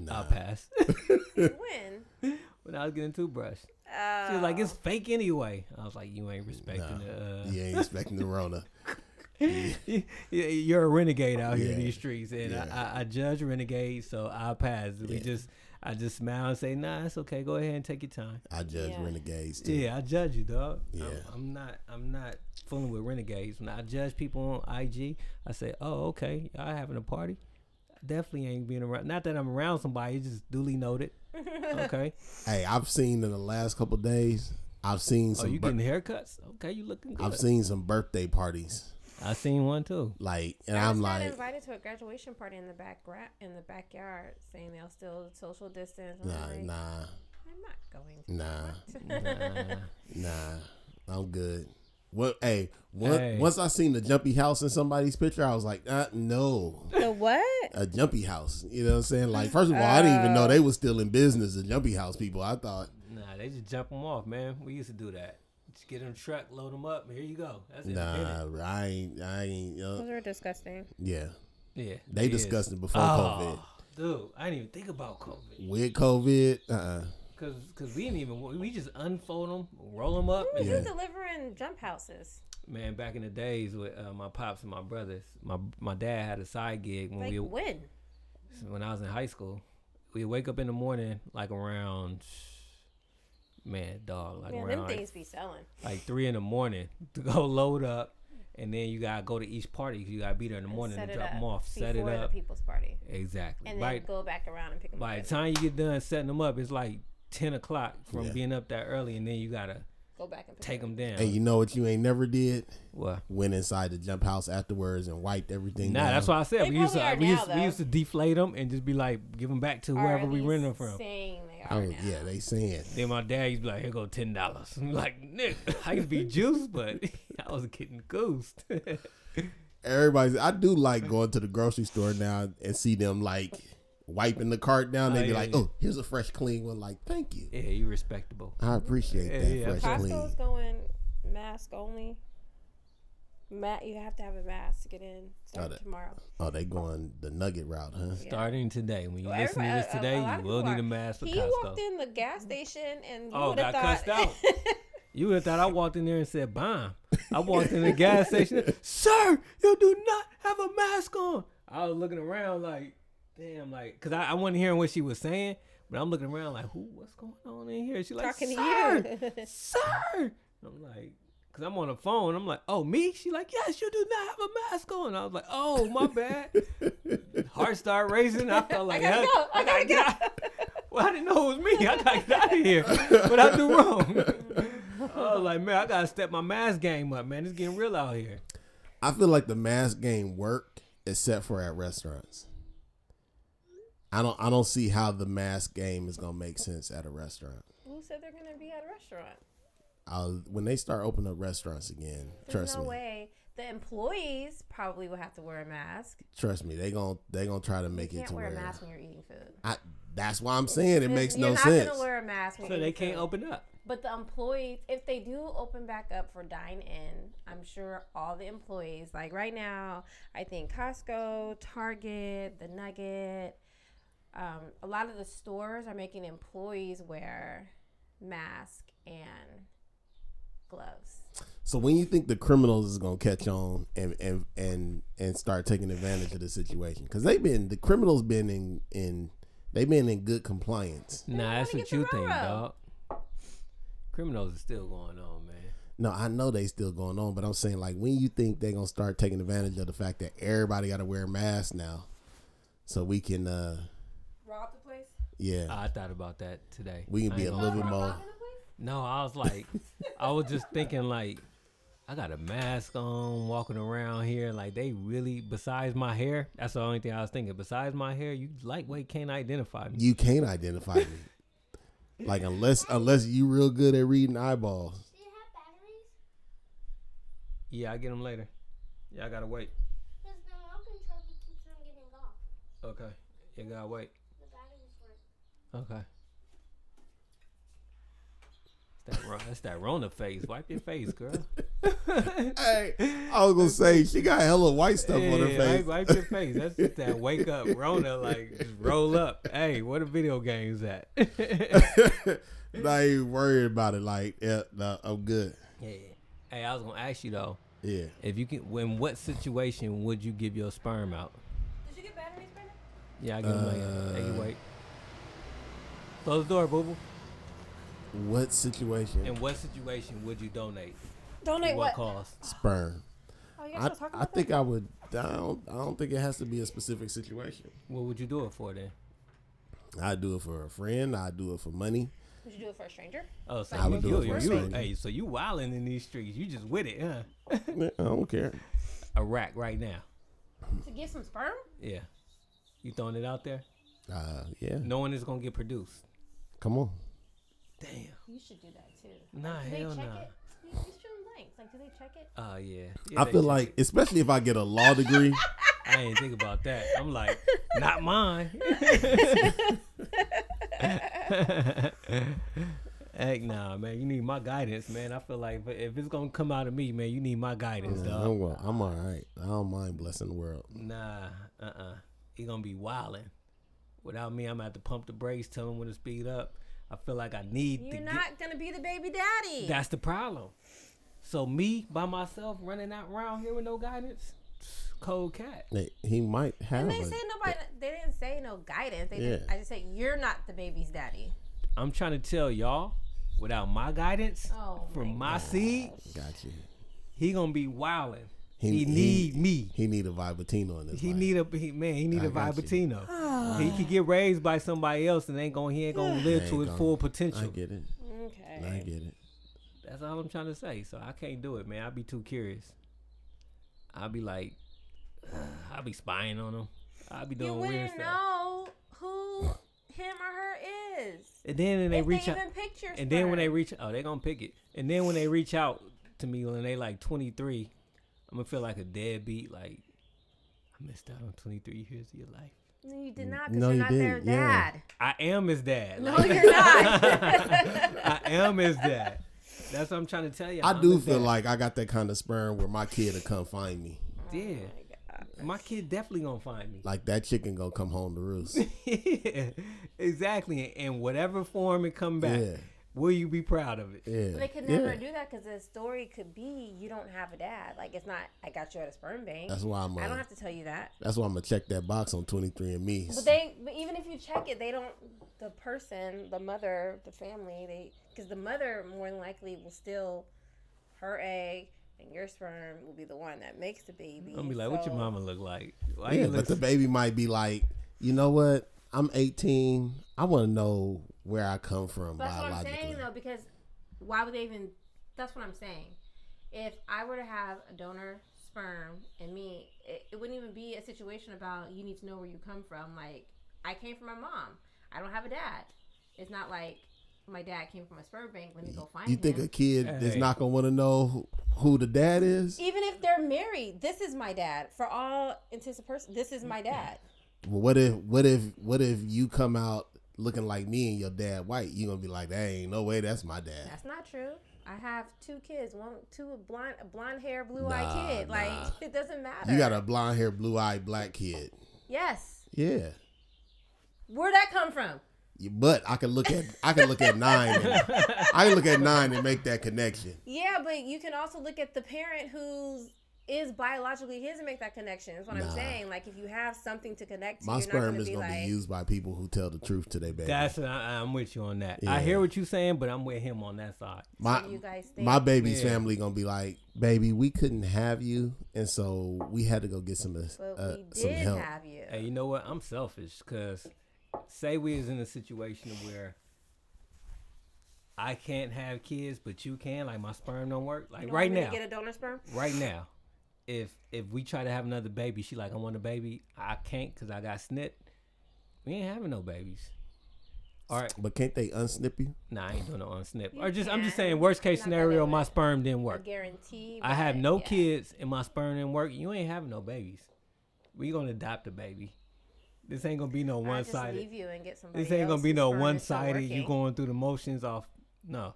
Speaker 1: "I'll pass."
Speaker 3: when?
Speaker 1: when I was getting toothbrush,
Speaker 3: Uh,
Speaker 1: she was like, "It's fake anyway." I was like, "You ain't respecting the." Uh,
Speaker 2: You ain't expecting the Rona.
Speaker 1: Y- y- you're a renegade out here in
Speaker 2: Yeah.
Speaker 1: these streets, and
Speaker 2: Yeah.
Speaker 1: I, I, I judge renegades, so I pass. We
Speaker 2: Yeah.
Speaker 1: just, I just smile and say, "Nah, it's okay. Go ahead and take your time."
Speaker 2: I judge
Speaker 3: Yeah.
Speaker 2: renegades too.
Speaker 1: Yeah, I judge you, dog.
Speaker 2: Yeah.
Speaker 1: I'm, I'm not, I'm not fooling with renegades. When I judge people on IG, I say, "Oh, okay, y'all having a party." I Definitely ain't being around. Not that I'm around somebody. It's just duly noted. Okay.
Speaker 2: Hey, I've seen in the last couple days, I've seen
Speaker 1: oh,
Speaker 2: some.
Speaker 1: you
Speaker 2: bir-
Speaker 1: getting haircuts? Okay, you looking good.
Speaker 2: I've seen some birthday parties.
Speaker 1: I seen one too.
Speaker 2: Like, and
Speaker 3: I
Speaker 2: I'm
Speaker 3: just got
Speaker 2: like,
Speaker 3: invited to a graduation party in the back gra- in the backyard, saying they'll still social distance. I'm
Speaker 2: nah,
Speaker 3: like,
Speaker 2: nah,
Speaker 3: I'm not going. To.
Speaker 2: nah,
Speaker 1: Nah.
Speaker 2: nah. I'm good. What? Hey, what,
Speaker 1: Hey.
Speaker 2: once I seen the jumpy house in somebody's picture, I was like, uh, no,
Speaker 3: The what?
Speaker 2: a jumpy house. You know what I'm saying? Like, first of all, I didn't even know they was still in business. The jumpy house people. I thought,
Speaker 1: Nah, they just jump them off, man. We used to do that. Just get in a truck, load them up, and here you go. That's it.
Speaker 2: nah, I ain't, I ain't. Uh,
Speaker 3: Those are disgusting.
Speaker 2: yeah,
Speaker 1: Yeah.
Speaker 2: they
Speaker 1: it is.
Speaker 2: discussed it before
Speaker 1: Oh, dude, I didn't even think about COVID.
Speaker 2: COVID. With COVID, uh, uh
Speaker 1: Cause, Cause, we didn't even we just unfold them, roll them up,
Speaker 3: Who's
Speaker 1: and
Speaker 2: Yeah.
Speaker 3: delivering jump houses?
Speaker 1: man. Back in the days with uh, my pops and my brothers, my my dad had a side gig when
Speaker 3: Like
Speaker 1: we
Speaker 3: when?
Speaker 1: when I was in high school. We wake up in the morning like around, man, dog, like
Speaker 3: Man,
Speaker 1: around
Speaker 3: them
Speaker 1: like,
Speaker 3: things be selling.
Speaker 1: like three in the morning to go load up, and then you gotta go to each party. You gotta be there in the morning
Speaker 3: Set
Speaker 1: and
Speaker 3: it
Speaker 1: drop
Speaker 3: up
Speaker 1: them off, set it
Speaker 3: before the
Speaker 1: up.
Speaker 3: people's party,
Speaker 1: Exactly.
Speaker 3: and then
Speaker 1: By,
Speaker 3: go back around and pick them
Speaker 1: by
Speaker 3: up.
Speaker 1: the time you get done setting them up, it's like ten o'clock from
Speaker 2: Yeah.
Speaker 1: being up that early, and then you gotta
Speaker 3: Go back and pick
Speaker 1: take them down.
Speaker 2: and you know what you ain't never did?
Speaker 1: What?
Speaker 2: went inside the jump house afterwards and wiped everything.
Speaker 1: Nah,
Speaker 2: down.
Speaker 1: that's why I said
Speaker 3: They
Speaker 1: we used to
Speaker 3: probably are
Speaker 1: we
Speaker 3: now,
Speaker 1: used, we
Speaker 3: though.
Speaker 1: used to deflate them and just be like give them back to
Speaker 3: Are
Speaker 1: whoever we
Speaker 3: these
Speaker 1: rented them from.
Speaker 3: Saying they
Speaker 2: I
Speaker 3: are
Speaker 2: was,
Speaker 3: now.
Speaker 2: Oh, yeah, they saying
Speaker 1: Then my dad used to be like, "Here go ten dollars." I'm like, "Nick, I used to be juiced, but I was getting goosed."
Speaker 2: everybody's. I do like going to the grocery store now and see them like wiping the cart down. They
Speaker 1: Oh,
Speaker 2: be
Speaker 1: yeah,
Speaker 2: like,
Speaker 1: yeah.
Speaker 2: "Oh, here's a fresh clean one." Like, thank you.
Speaker 1: yeah, you respectable.
Speaker 2: I appreciate
Speaker 1: Yeah,
Speaker 2: that
Speaker 1: yeah.
Speaker 2: fresh
Speaker 3: Costco's
Speaker 2: clean.
Speaker 3: going mask only. Matt, you have to have a mask to get in. Starting
Speaker 2: that-
Speaker 3: tomorrow.
Speaker 2: Oh, they going the nugget route, huh?
Speaker 1: Starting today, when you
Speaker 3: Well,
Speaker 1: listen to
Speaker 3: everybody-
Speaker 1: this
Speaker 3: a- a-
Speaker 1: today,
Speaker 3: a lot
Speaker 1: you
Speaker 3: of
Speaker 1: will
Speaker 3: people
Speaker 1: need a
Speaker 3: are.
Speaker 1: mask for
Speaker 3: He
Speaker 1: Costco.
Speaker 3: walked in the gas station and you
Speaker 1: Oh,
Speaker 3: would have
Speaker 1: got
Speaker 3: thought.
Speaker 1: cussed out. You would have thought I walked in there and said bomb. I walked in the gas station, sir, you do not have a mask on. I was looking around like, damn, like, cause I, I wasn't hearing what she was saying, but I'm looking around like, who, what's going on in here? She like,
Speaker 3: Talking to
Speaker 1: sir,
Speaker 3: you.
Speaker 1: sir. I'm like, cause I'm on the phone. I'm like, oh me? She like, yes, you do not have a mask on. I was like, oh my bad. Heart started racing. I felt like,
Speaker 3: gotta
Speaker 1: "Heck,
Speaker 3: go. I gotta
Speaker 1: get out." Well, I didn't know it was me. I gotta get out of here. What I do wrong? I was like, man, I gotta step my mask game up, man. It's getting real out here.
Speaker 2: I feel like the mask game worked, except for at restaurants. I don't. I don't see how the mask game is gonna make sense at a restaurant.
Speaker 3: Who said they're gonna be at a restaurant?
Speaker 2: I'll, when they start opening up restaurants again,
Speaker 3: There's
Speaker 2: trust
Speaker 3: no
Speaker 2: me.
Speaker 3: way. The employees probably will have to wear a mask.
Speaker 2: Trust me, they gon' they gonna try to make
Speaker 3: you
Speaker 2: it
Speaker 3: can't
Speaker 2: to
Speaker 3: wear
Speaker 2: where.
Speaker 3: a mask when you're eating food.
Speaker 2: I, that's why I'm saying it makes
Speaker 3: you're
Speaker 2: no
Speaker 3: not
Speaker 2: sense.
Speaker 3: gonna wear a mask. When
Speaker 1: So
Speaker 3: you're
Speaker 1: they
Speaker 3: eating
Speaker 1: can't
Speaker 3: food.
Speaker 1: open up.
Speaker 3: But the employees, if they do open back up for dine in, I'm sure all the employees, like right now, I think Costco, Target, the Nugget, um, a lot of the stores are making employees wear mask and gloves.
Speaker 2: so when you think the criminals is gonna catch on and and and, and start taking advantage of the situation, because they've been the criminals been in in they've been in good compliance.
Speaker 1: Nah, that's
Speaker 3: wanna
Speaker 1: what
Speaker 3: get the
Speaker 1: you think,
Speaker 3: railroad.
Speaker 1: dog. Criminals are still going on, man.
Speaker 2: No, I know they still going on, but I'm saying like when you think they gonna start taking advantage of the fact that everybody gotta wear masks now, so we can uh
Speaker 3: Rob the place?
Speaker 2: Yeah,
Speaker 1: I thought about that today.
Speaker 2: we can
Speaker 1: I
Speaker 2: be
Speaker 1: ain't
Speaker 2: a
Speaker 1: gonna
Speaker 2: little bit
Speaker 1: front.
Speaker 2: more.
Speaker 1: No, I was like, I was just thinking like, I got a mask on, walking around here. Like they really, besides my hair, that's the only thing I was thinking. Besides my hair, you lightweight can't identify me.
Speaker 2: You can't identify me. Like unless unless you real good at reading eyeballs.
Speaker 4: Do you have batteries?
Speaker 1: Yeah, I get them later. Yeah, I gotta wait.
Speaker 4: Because the remote control keeps on getting off.
Speaker 1: Okay, you gotta wait.
Speaker 4: The batteries work.
Speaker 1: Okay. It's that Ro- that's that Rona face. Wipe your face, girl.
Speaker 2: Hey, I was gonna say she got hella white stuff on her
Speaker 1: Yeah,
Speaker 2: face.
Speaker 1: Wipe, wipe your face. That's just that wake up Rona. Like just roll up. Hey, where the video games at?
Speaker 2: Not even worried about it. Like, yeah, no, I'm good.
Speaker 1: Yeah. Hey, I was gonna ask you though,
Speaker 2: Yeah.
Speaker 1: if you can, when what situation would you give your sperm out?
Speaker 3: Did you get batteries, Brandon?
Speaker 1: Yeah, I give them later. Hey,
Speaker 2: Uh,
Speaker 1: you wait. Close the door, boo boo.
Speaker 2: What situation?
Speaker 1: In what situation would you donate?
Speaker 3: Donate
Speaker 1: what
Speaker 3: what?
Speaker 1: cause?
Speaker 2: Sperm.
Speaker 3: Oh, you guys
Speaker 2: I,
Speaker 3: still talking
Speaker 2: I
Speaker 3: about
Speaker 2: think I would. I don't. I don't think it has to be a specific situation.
Speaker 1: What would you do it for then?
Speaker 2: I do it for a friend. I do it for money.
Speaker 3: that? Would you do it for a stranger?
Speaker 1: Oh, so
Speaker 2: I
Speaker 1: you,
Speaker 2: would do
Speaker 1: you,
Speaker 2: it for a
Speaker 1: you-
Speaker 2: stranger.
Speaker 1: hey, so you wilding in these streets? You just with it, huh?
Speaker 2: I don't care.
Speaker 1: Iraq right now.
Speaker 3: To give some sperm?
Speaker 1: Yeah, you throwing it out there,
Speaker 2: Uh, yeah.
Speaker 1: knowing it's gonna get produced.
Speaker 2: Come on.
Speaker 1: Damn.
Speaker 3: You should do that too.
Speaker 1: Nah,
Speaker 3: do they
Speaker 1: hell
Speaker 3: check
Speaker 1: nah.
Speaker 3: it? You, you should blanks. Like, do they check it?
Speaker 1: Oh yeah.
Speaker 2: I
Speaker 1: they
Speaker 2: feel
Speaker 1: check
Speaker 2: like,
Speaker 1: it.
Speaker 2: especially if I get a law degree.
Speaker 1: I ain't think about that. I'm like, not mine. Heck nah, man. You need my guidance, man. I feel like if- if it's gonna come out of me, man, you need my guidance,
Speaker 2: Yeah,
Speaker 1: dog.
Speaker 2: I'm, well, I'm all right. I don't mind blessing the world.
Speaker 1: Nah, uh, uh He gonna be wilding. Without me, I'm gonna have to pump the brakes, tell him when to speed up. I feel like I need to
Speaker 3: You're
Speaker 1: get-
Speaker 3: not gonna be the baby daddy.
Speaker 1: That's the problem. So me by myself running out around here with no guidance, cold cat.
Speaker 2: Hey, He might have.
Speaker 3: and they
Speaker 2: a-
Speaker 3: say nobody. They didn't say no guidance. They just,
Speaker 2: Yeah.
Speaker 3: I just said you're not the baby's daddy.
Speaker 1: I'm trying to tell y'all, without my guidance
Speaker 3: Oh
Speaker 1: from my seed,
Speaker 2: Got you.
Speaker 1: he gonna be wildin'.
Speaker 2: He-
Speaker 1: He,
Speaker 2: he-
Speaker 1: need me.
Speaker 2: He need a Vibatino in this.
Speaker 1: He
Speaker 2: life.
Speaker 1: need a he, man. He need
Speaker 2: I
Speaker 1: a
Speaker 2: got you.
Speaker 3: Ah.
Speaker 1: vibatino. he could get raised by somebody else and ain't gonna he ain't gonna live
Speaker 2: Ain't
Speaker 1: to his
Speaker 2: gonna-
Speaker 1: full
Speaker 2: I
Speaker 1: potential.
Speaker 2: get it. I
Speaker 3: Okay.
Speaker 2: get it.
Speaker 1: That's all I'm trying to say. So I can't do it, man. I'd be too curious. I'd be like, I'd be spying on him. I'd be
Speaker 3: You
Speaker 1: doing weird
Speaker 3: wouldn't
Speaker 1: stuff.
Speaker 3: know who him or her is.
Speaker 1: And then when they
Speaker 3: if
Speaker 1: reach
Speaker 3: they
Speaker 1: out.
Speaker 3: even picture
Speaker 1: And then when they
Speaker 3: sperm.
Speaker 1: reach, oh, they gonna pick it. And then when they reach out to me when they like 23, I'm gonna feel like a deadbeat. Like I missed out on 23 years of your life.
Speaker 3: No, you did not.
Speaker 2: No,
Speaker 3: No, you're
Speaker 2: you
Speaker 3: not their
Speaker 2: didn't. Yeah.
Speaker 3: dad.
Speaker 1: I am his dad.
Speaker 3: No,
Speaker 1: Like,
Speaker 3: you're not.
Speaker 1: I am his dad. That's what I'm trying to tell you.
Speaker 2: I do feel like I got that kind of sperm where my kid will come find me.
Speaker 1: yeah. My kid definitely gonna find me.
Speaker 2: Like that chicken gonna come home to roost.
Speaker 1: yeah, exactly. In whatever form it come back,
Speaker 2: Yeah.
Speaker 1: will you be proud of it?
Speaker 2: Yeah.
Speaker 3: They could never do that because the story could be you don't have a dad. Like it's not. I got you at a sperm bank.
Speaker 2: That's why I'm.
Speaker 3: I
Speaker 2: Uh,
Speaker 3: don't have to tell you that.
Speaker 2: that's why I'm gonna check that box on 23andMe.
Speaker 3: But they, but even if you check it, they don't. The person, the mother, the family, they because the mother more than likely will still her egg and your sperm will be the one that makes the baby.
Speaker 1: I'm gonna be like, what your
Speaker 3: so-
Speaker 1: mama look like? Why
Speaker 2: yeah,
Speaker 1: you
Speaker 2: but
Speaker 1: look
Speaker 2: the baby might be like, you know what? I'm 18. I want to know where I come from
Speaker 3: But That's what I'm
Speaker 2: biologically.
Speaker 3: saying though, because why would they even? That's what I'm saying. If I were to have a donor sperm and me, it, it wouldn't even be a situation about you need to know where you come from. Like I came from my mom. I don't have a dad. It's not like my dad came from a sperm bank. Let me go find
Speaker 2: you think
Speaker 3: him.
Speaker 2: a kid is
Speaker 1: Hey.
Speaker 2: not gonna want to know who, who the dad is?
Speaker 3: even if they're married, this is my dad. For all intents and purposes, this is my dad.
Speaker 2: Well, what if what if what if you come out looking like me and your dad white? You gonna be like, that ain't no way. That's my dad.
Speaker 3: That's not true. I have two kids. One, two with blonde, blonde hair, blue eyed
Speaker 2: Nah,
Speaker 3: kid. Like
Speaker 2: nah.
Speaker 3: it doesn't matter.
Speaker 2: You got a blonde hair, blue eyed black kid.
Speaker 3: yes.
Speaker 2: Yeah.
Speaker 3: Where'd that come from?
Speaker 2: You- But I can look at I can look at nine. And, I can look at nine and make that connection.
Speaker 3: Yeah, but you can also look at the parent who's is biologically his and make that connection. That's what
Speaker 2: Nah.
Speaker 3: I'm saying. Like if you have something to connect to,
Speaker 2: My
Speaker 3: you're not
Speaker 2: sperm
Speaker 3: gonna
Speaker 2: is
Speaker 3: be
Speaker 2: gonna
Speaker 3: like,
Speaker 2: be used by people who tell the truth to their baby.
Speaker 1: That's I, I'm with you on that. I hear what you're saying, but I'm with him on that side.
Speaker 2: my
Speaker 3: what do you guys think?
Speaker 2: my baby's
Speaker 1: Yeah.
Speaker 2: family gonna be like, baby, we couldn't have you, and so we had to go get some uh,
Speaker 3: but
Speaker 2: uh,
Speaker 3: we
Speaker 2: some
Speaker 3: did
Speaker 2: help.
Speaker 3: have you.
Speaker 1: Hey, you know what? I'm selfish because say we was in a situation where I can't have kids, but you can. Like my sperm don't work. Like
Speaker 3: You don't
Speaker 1: right
Speaker 3: want me
Speaker 1: now,
Speaker 3: to get a donor sperm.
Speaker 1: right now, if if we try to have another baby, she like I want a baby. I can't because I got snit. We ain't having no babies. All right,
Speaker 2: But can't they unsnip you?
Speaker 1: nah, I ain't doing no unsnip.
Speaker 3: You
Speaker 1: Or just I'm just
Speaker 3: can.
Speaker 1: saying, worst case
Speaker 3: Not that it
Speaker 1: scenario, my
Speaker 3: would
Speaker 1: sperm didn't
Speaker 3: I
Speaker 1: work.
Speaker 3: guarantee.
Speaker 1: I have
Speaker 3: but,
Speaker 1: no
Speaker 3: yeah.
Speaker 1: kids and my sperm didn't work. You ain't having no babies. We gonna adopt a baby. This ain't gonna be no
Speaker 3: I'll
Speaker 1: one
Speaker 3: just
Speaker 1: sided.
Speaker 3: leave you and get somebody
Speaker 1: This ain't gonna be
Speaker 3: else's
Speaker 1: no
Speaker 3: sperm
Speaker 1: one
Speaker 3: that's not
Speaker 1: sided. You
Speaker 3: working.
Speaker 1: going through the motions off. No,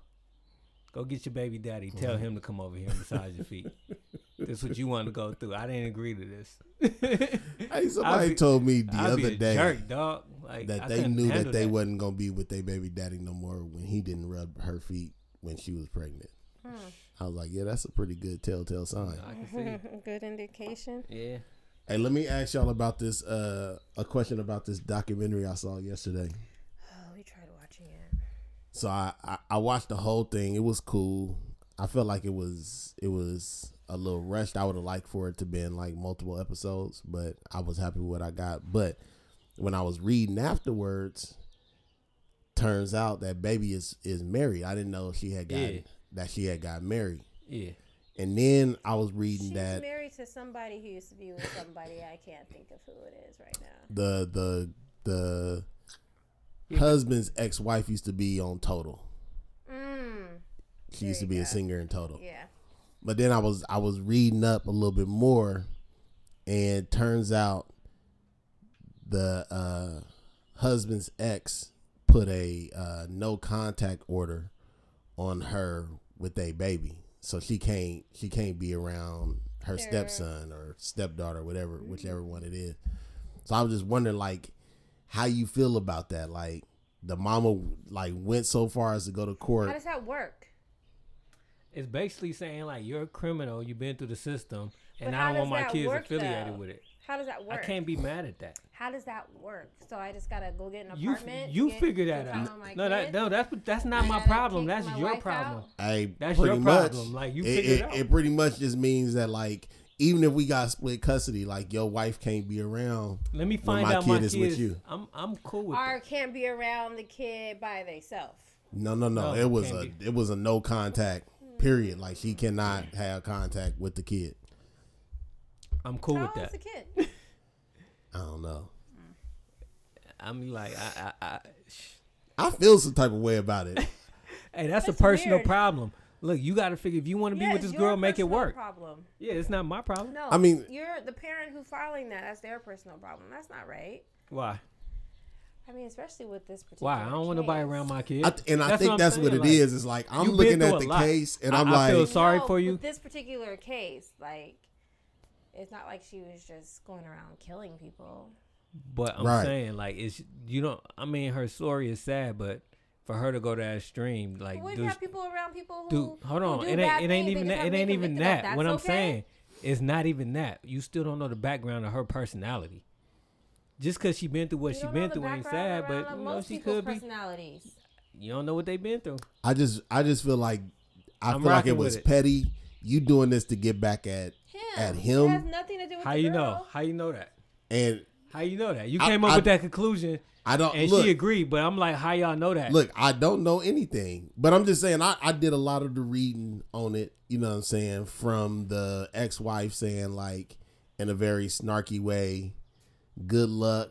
Speaker 1: go get your baby daddy. Tell
Speaker 2: Mm-hmm.
Speaker 1: him to come over here and massage your feet. This what you want to go through. I didn't agree to this.
Speaker 2: Hey, somebody
Speaker 1: be-
Speaker 2: told me the
Speaker 1: I'd be
Speaker 2: other
Speaker 1: a
Speaker 2: day
Speaker 1: jerk, dog. Like
Speaker 2: that
Speaker 1: I
Speaker 2: they
Speaker 1: couldn't
Speaker 2: knew that
Speaker 1: handle
Speaker 2: they wasn't gonna be with their baby daddy no more when he didn't rub her feet when she was pregnant. I was like, yeah, that's a pretty good telltale sign.
Speaker 1: I can see. it.
Speaker 3: Good indication.
Speaker 1: Yeah.
Speaker 2: Hey, let me ask y'all about this. Uh, a question about this documentary I saw yesterday.
Speaker 3: Oh, we tried watching it.
Speaker 2: So I, I I watched the whole thing. It was cool. I felt like it was it was a little rushed. I would have liked for it to been like multiple episodes, but I was happy with what I got. But when I was reading afterwards, turns out that baby is is married. I didn't know she had gotten
Speaker 1: Yeah.
Speaker 2: that she had got married.
Speaker 1: Yeah.
Speaker 2: And then I was reading
Speaker 3: She's
Speaker 2: that
Speaker 3: married to somebody who used to be with somebody. I can't think of who it is right now.
Speaker 2: the the the husband's ex wife used to be on Total.
Speaker 3: Mm,
Speaker 2: She used to
Speaker 3: There you
Speaker 2: be a
Speaker 3: go.
Speaker 2: singer in Total.
Speaker 3: yeah.
Speaker 2: But then I was I was reading up a little bit more, and turns out the uh, husband's ex put a uh, no contact order on her with a baby, so she can't she can't be around her
Speaker 3: Sure.
Speaker 2: stepson or stepdaughter, whatever whichever one it is. So I was just wondering like how you feel about that, like. The mama like went so far as to go to
Speaker 3: How
Speaker 2: court.
Speaker 3: does that work?
Speaker 1: It's basically saying like you're a criminal. You've been through the system, and
Speaker 3: But
Speaker 1: I
Speaker 3: how
Speaker 1: don't want
Speaker 3: does
Speaker 1: my
Speaker 3: that
Speaker 1: kids
Speaker 3: work,
Speaker 1: affiliated
Speaker 3: though?
Speaker 1: with it.
Speaker 3: How does that
Speaker 1: I
Speaker 3: work?
Speaker 1: can't be mad at that.
Speaker 3: How does that work? So I just gotta go get an
Speaker 1: You f-
Speaker 3: apartment.
Speaker 1: you
Speaker 3: get
Speaker 1: figure that
Speaker 3: control
Speaker 1: out.
Speaker 3: of my
Speaker 1: No, that,
Speaker 3: kids?
Speaker 1: no, that's that's not my
Speaker 3: gotta
Speaker 1: problem.
Speaker 3: kick
Speaker 1: That's
Speaker 3: my
Speaker 1: your
Speaker 3: wife
Speaker 1: problem.
Speaker 3: out?
Speaker 2: Hey,
Speaker 1: That's
Speaker 2: pretty
Speaker 1: your
Speaker 2: much,
Speaker 1: problem. Like, you
Speaker 2: it,
Speaker 1: figure it
Speaker 2: it-
Speaker 1: out.
Speaker 2: it pretty much just means that like even if we got split custody, like your wife can't be around.
Speaker 1: Let me
Speaker 2: When
Speaker 1: find
Speaker 2: my
Speaker 1: out my
Speaker 2: kid is
Speaker 1: kids.
Speaker 2: with you.
Speaker 1: I'm I'm cool with
Speaker 3: Or can't be around the kid by themselves.
Speaker 2: No, no, no.
Speaker 1: No,
Speaker 2: it was a
Speaker 1: can't
Speaker 2: it was a no contact period. Like she cannot have contact with the kid.
Speaker 1: that. I'm cool
Speaker 3: How
Speaker 1: with
Speaker 3: old is
Speaker 1: that.
Speaker 3: the kid?
Speaker 2: I don't know.
Speaker 1: I'm like I I, I sh-
Speaker 2: I feel some type of way about it.
Speaker 1: Hey, that's, a
Speaker 3: That's
Speaker 1: personal
Speaker 3: weird.
Speaker 1: problem. Look, you got to figure if you want to be
Speaker 3: Yeah,
Speaker 1: with
Speaker 3: it's
Speaker 1: this
Speaker 3: your
Speaker 1: girl, make it
Speaker 3: personal
Speaker 1: work.
Speaker 3: Problem.
Speaker 1: Yeah, it's not my problem.
Speaker 3: No,
Speaker 2: I mean-
Speaker 3: you're the parent who's filing that. That's their personal problem. That's not right.
Speaker 1: Why?
Speaker 3: I mean, especially with this particular.
Speaker 1: Why? I don't want nobody
Speaker 3: case.
Speaker 1: around my kid.
Speaker 2: I th- and I think that's what,
Speaker 1: it is.
Speaker 2: it is. It's like I'm
Speaker 1: you've
Speaker 2: looking
Speaker 1: been through
Speaker 2: at
Speaker 1: a
Speaker 2: the
Speaker 1: lot.
Speaker 2: case and
Speaker 1: I-
Speaker 2: I'm
Speaker 1: I
Speaker 2: like,
Speaker 1: feel sorry for
Speaker 3: with
Speaker 1: you.
Speaker 3: This particular case, like, it's not like she was just going around killing people.
Speaker 1: But I'm
Speaker 2: Right.
Speaker 1: saying like it's you know I mean her story is sad, but for her to go to that stream like
Speaker 3: We've
Speaker 1: do-
Speaker 3: got people around people who.
Speaker 1: Dude, hold
Speaker 3: who
Speaker 1: on.
Speaker 3: do
Speaker 1: It
Speaker 3: bad
Speaker 1: ain't. It ain't
Speaker 3: things.
Speaker 1: even.
Speaker 3: They just
Speaker 1: That, it
Speaker 3: haven't
Speaker 1: ain't
Speaker 3: been
Speaker 1: even
Speaker 3: convicted of.
Speaker 1: that.
Speaker 3: That's
Speaker 1: What I'm
Speaker 3: okay?
Speaker 1: saying, it's not even that. You still don't know the background of her personality. Just because she been through what
Speaker 3: You
Speaker 1: she
Speaker 3: don't know
Speaker 1: been
Speaker 3: the
Speaker 1: through ain't
Speaker 3: background
Speaker 1: sad,
Speaker 3: around,
Speaker 1: but
Speaker 3: like,
Speaker 1: you know
Speaker 3: most
Speaker 1: she
Speaker 3: people's
Speaker 1: could be.
Speaker 3: personalities.
Speaker 1: You don't know what they been through.
Speaker 2: I just I just feel like I
Speaker 1: I'm
Speaker 2: feel like
Speaker 1: rocking
Speaker 2: it
Speaker 1: with
Speaker 2: was
Speaker 1: it.
Speaker 2: petty. You doing this to get back at
Speaker 3: Him.
Speaker 2: At
Speaker 3: It
Speaker 2: him?
Speaker 3: has nothing to do with
Speaker 1: How
Speaker 3: the
Speaker 1: you
Speaker 3: girl.
Speaker 1: know? How you know that?
Speaker 2: and
Speaker 1: How you know that? You
Speaker 2: I-
Speaker 1: came up
Speaker 2: I-
Speaker 1: with that conclusion,
Speaker 2: I don't
Speaker 1: and
Speaker 2: look.
Speaker 1: she agreed. But I'm like, how y'all know that?
Speaker 2: Look, I don't know anything, but I'm just saying I, I did a lot of the reading on it, you know what I'm saying, from the ex wife saying, like, in a very snarky way, good luck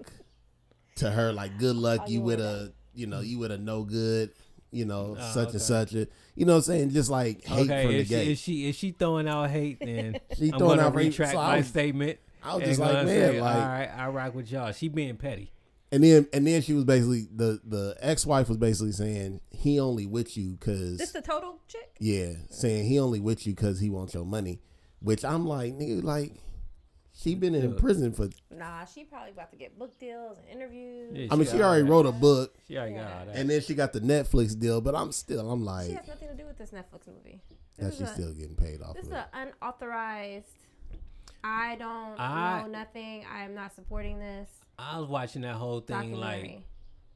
Speaker 2: to her, like, good luck, you with a, you know, you with a no good, you know,
Speaker 1: Oh,
Speaker 2: such
Speaker 1: okay.
Speaker 2: and such. A, you know what I'm saying? Just like hate from
Speaker 1: okay,
Speaker 2: the
Speaker 1: if she,
Speaker 2: gate.
Speaker 1: if she if she throwing out hate, then
Speaker 2: She
Speaker 1: I'm
Speaker 2: throwing
Speaker 1: gonna
Speaker 2: out hate,
Speaker 1: retract
Speaker 2: so I
Speaker 1: my
Speaker 2: was-
Speaker 1: statement.
Speaker 2: I was
Speaker 1: and
Speaker 2: just like,
Speaker 1: gonna
Speaker 2: man,
Speaker 1: say,
Speaker 2: like-
Speaker 1: all right, I rock with y'all. She being petty.
Speaker 2: and then and then she was basically the the ex wife was basically saying he only with you because
Speaker 3: This the total chick?
Speaker 2: Yeah, saying he only with you because he wants your money, which I'm like, nigga, like she been in prison for.
Speaker 3: Nah, she probably about to get book deals and interviews.
Speaker 1: Yeah,
Speaker 2: I mean, she
Speaker 1: got all
Speaker 2: already
Speaker 1: that.
Speaker 2: wrote a book,
Speaker 1: She already got
Speaker 3: Yeah.
Speaker 1: all that.
Speaker 2: and then she got the Netflix deal. But I'm still, I'm
Speaker 3: She
Speaker 2: like,
Speaker 3: has nothing to do with this Netflix movie.
Speaker 2: that
Speaker 3: This
Speaker 2: she's
Speaker 3: is a,
Speaker 2: still getting paid off.
Speaker 3: this
Speaker 2: Of
Speaker 3: is
Speaker 2: it.
Speaker 3: an unauthorized. I don't
Speaker 1: I-
Speaker 3: know nothing. I am not supporting this
Speaker 1: I was watching that whole thing like
Speaker 3: documentary.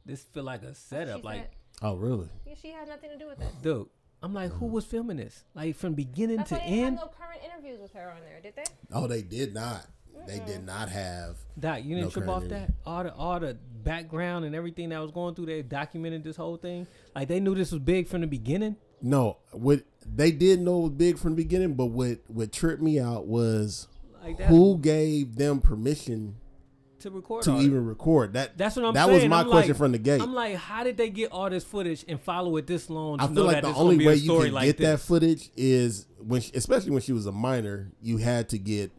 Speaker 1: this feel like a setup.
Speaker 3: She
Speaker 1: like,
Speaker 3: said-
Speaker 2: Oh, really?
Speaker 3: yeah, she had nothing to do with this.
Speaker 1: dude, I'm like, who was filming this? Like from beginning
Speaker 3: That's
Speaker 1: to
Speaker 3: why they didn't
Speaker 1: end.
Speaker 3: have no current interviews with her on there, did they?
Speaker 2: Oh, they did not. They did not have.
Speaker 1: Doc, you didn't
Speaker 2: No
Speaker 1: trip off
Speaker 2: credit.
Speaker 1: that? All the all the background and everything that was going through, they documented this whole thing. Like they knew this was big from the beginning.
Speaker 2: No, what they did know was big from the beginning, but what what tripped me out was
Speaker 1: Like that
Speaker 2: who gave them permission
Speaker 1: to record
Speaker 2: to
Speaker 1: all that.
Speaker 2: even record. That
Speaker 1: That's what I'm
Speaker 2: that
Speaker 1: saying.
Speaker 2: was my
Speaker 1: I'm
Speaker 2: question
Speaker 1: like-
Speaker 2: from the gate.
Speaker 1: I'm like, how did they get all this footage and follow it this long? To
Speaker 2: I
Speaker 1: know
Speaker 2: feel like
Speaker 1: that
Speaker 2: the
Speaker 1: it's
Speaker 2: only
Speaker 1: gonna be a
Speaker 2: way you
Speaker 1: story
Speaker 2: could
Speaker 1: like
Speaker 2: get that
Speaker 1: this?
Speaker 2: footage is when, she, especially when she was a minor, you had to get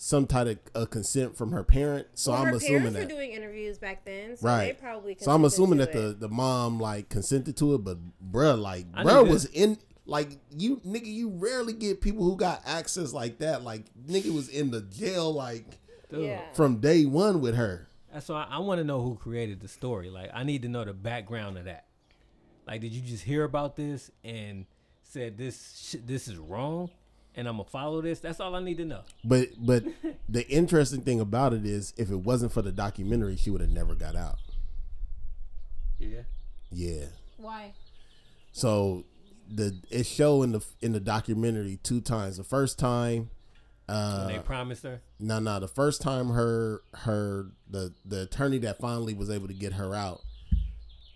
Speaker 2: some type of a consent from her parent. So
Speaker 3: Well,
Speaker 2: I'm
Speaker 3: her
Speaker 2: assuming
Speaker 3: parents were
Speaker 2: that,
Speaker 3: doing interviews back then, so
Speaker 2: right?
Speaker 3: they probably.
Speaker 2: so I'm
Speaker 3: consented
Speaker 2: assuming
Speaker 3: to
Speaker 2: that the
Speaker 3: it.
Speaker 2: the mom like consented to it, but bruh, like
Speaker 1: I
Speaker 2: bruh
Speaker 1: nigga-
Speaker 2: was in. Like you, nigga, you rarely get people who got access like that. Like nigga was in the jail like
Speaker 1: Dude.
Speaker 3: yeah.
Speaker 2: from day one with her.
Speaker 1: That's why I, want to know who created the story. Like, I need to know the background of that. Like, did you just hear about this and said this sh- this is wrong, and I'm gonna follow this? That's all I need to know.
Speaker 2: But but the interesting thing about it is, if it wasn't for the documentary, she would have never got out.
Speaker 1: Yeah.
Speaker 2: Yeah.
Speaker 3: Why?
Speaker 2: So the it show in the in the documentary two times. The first time,
Speaker 1: And they
Speaker 2: uh,
Speaker 1: promised her.
Speaker 2: no, no, the first time her her the the attorney that finally was able to get her out,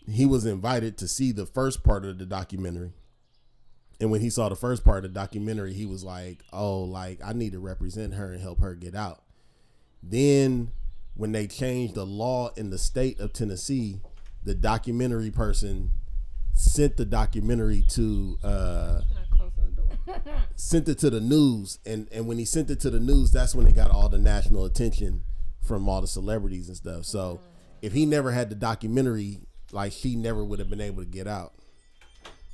Speaker 2: he was invited to see the first part of the documentary. And when he saw the first part of the documentary, he was like, "Oh, like I need to represent her and help her get out." Then, when they changed the law in the state of Tennessee, the documentary person sent the documentary to uh, sent it to the news, and and when he sent it to the news, that's when it got all the national attention from all the celebrities and stuff. So, if he never had the documentary, like she never would have been able to get out.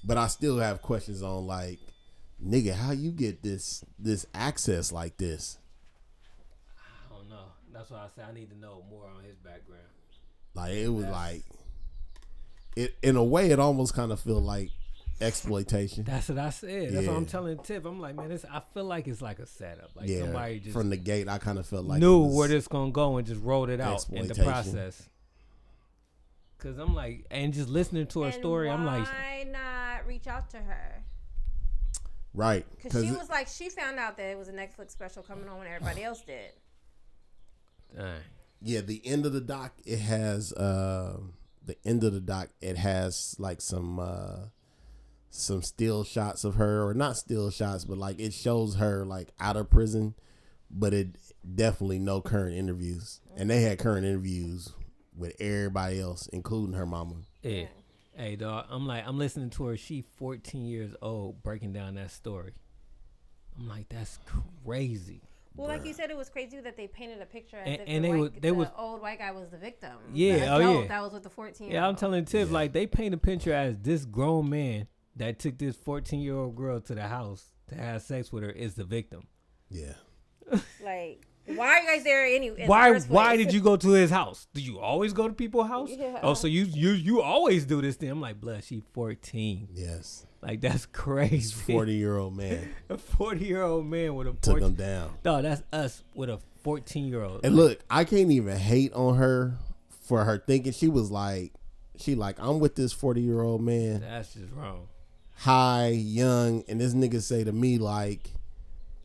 Speaker 2: But I still have questions on like, nigga, how you get this this access like this?
Speaker 1: I don't know. That's why I said I need to know more on his background.
Speaker 2: Like it was like, it in a way, it almost kind of feel like exploitation.
Speaker 1: That's what I said. That's what I'm
Speaker 2: Yeah.
Speaker 1: telling Tiff. I'm like, man, this. I feel like it's like a setup. Like
Speaker 2: yeah,
Speaker 1: somebody just
Speaker 2: from the gate, I kind of felt like
Speaker 1: knew
Speaker 2: it was-
Speaker 1: where this gonna go and just rolled it out in the
Speaker 2: exploitation.
Speaker 1: process. Cause I'm like, and just listening to her
Speaker 3: And
Speaker 1: story, I'm like,
Speaker 3: why not reach out to her?
Speaker 2: right
Speaker 3: Because she
Speaker 2: it-
Speaker 3: was like, she found out that it was a Netflix special coming on when everybody else did.
Speaker 1: dang.
Speaker 2: yeah the end of the doc it has uh, the end of the doc it has like some uh some still shots of her or not still shots but like it shows her like out of prison but it definitely no current interviews and they had current interviews with everybody else including her mama
Speaker 1: yeah. Hey, dog. I'm like, I'm listening to her. She 14 years old, breaking down that story. I'm like, that's crazy.
Speaker 3: Well, like you said, it was crazy that they painted a picture as
Speaker 1: And-
Speaker 3: if
Speaker 1: and
Speaker 3: the,
Speaker 1: they
Speaker 3: white,
Speaker 1: was- they
Speaker 3: the
Speaker 1: was-
Speaker 3: old white guy was the victim.
Speaker 1: Yeah,
Speaker 3: The
Speaker 1: oh,
Speaker 3: adult
Speaker 1: yeah.
Speaker 3: That was with the fourteen.
Speaker 1: Yeah, I'm telling Tiff, like, they paint a picture as this grown man that took this 14 year old girl to the house to have sex with her is the victim.
Speaker 2: yeah
Speaker 3: Like, why are you guys there anyway?
Speaker 1: why why did you go to his house? Do you always go to people's house?
Speaker 3: Yeah.
Speaker 1: Oh, so you you you always do this thing. I'm like, bless, she 14.
Speaker 2: yes
Speaker 1: Like that's crazy.
Speaker 2: 40 year old man
Speaker 1: A 40 year old man with a
Speaker 2: took
Speaker 1: 14.
Speaker 2: them down
Speaker 1: No, that's us with a 14 year old.
Speaker 2: And look, I can't even hate on her for her thinking she was like, she like, I'm with this 40 year old man,
Speaker 1: That's just wrong.
Speaker 2: high, young, and this nigga say to me like,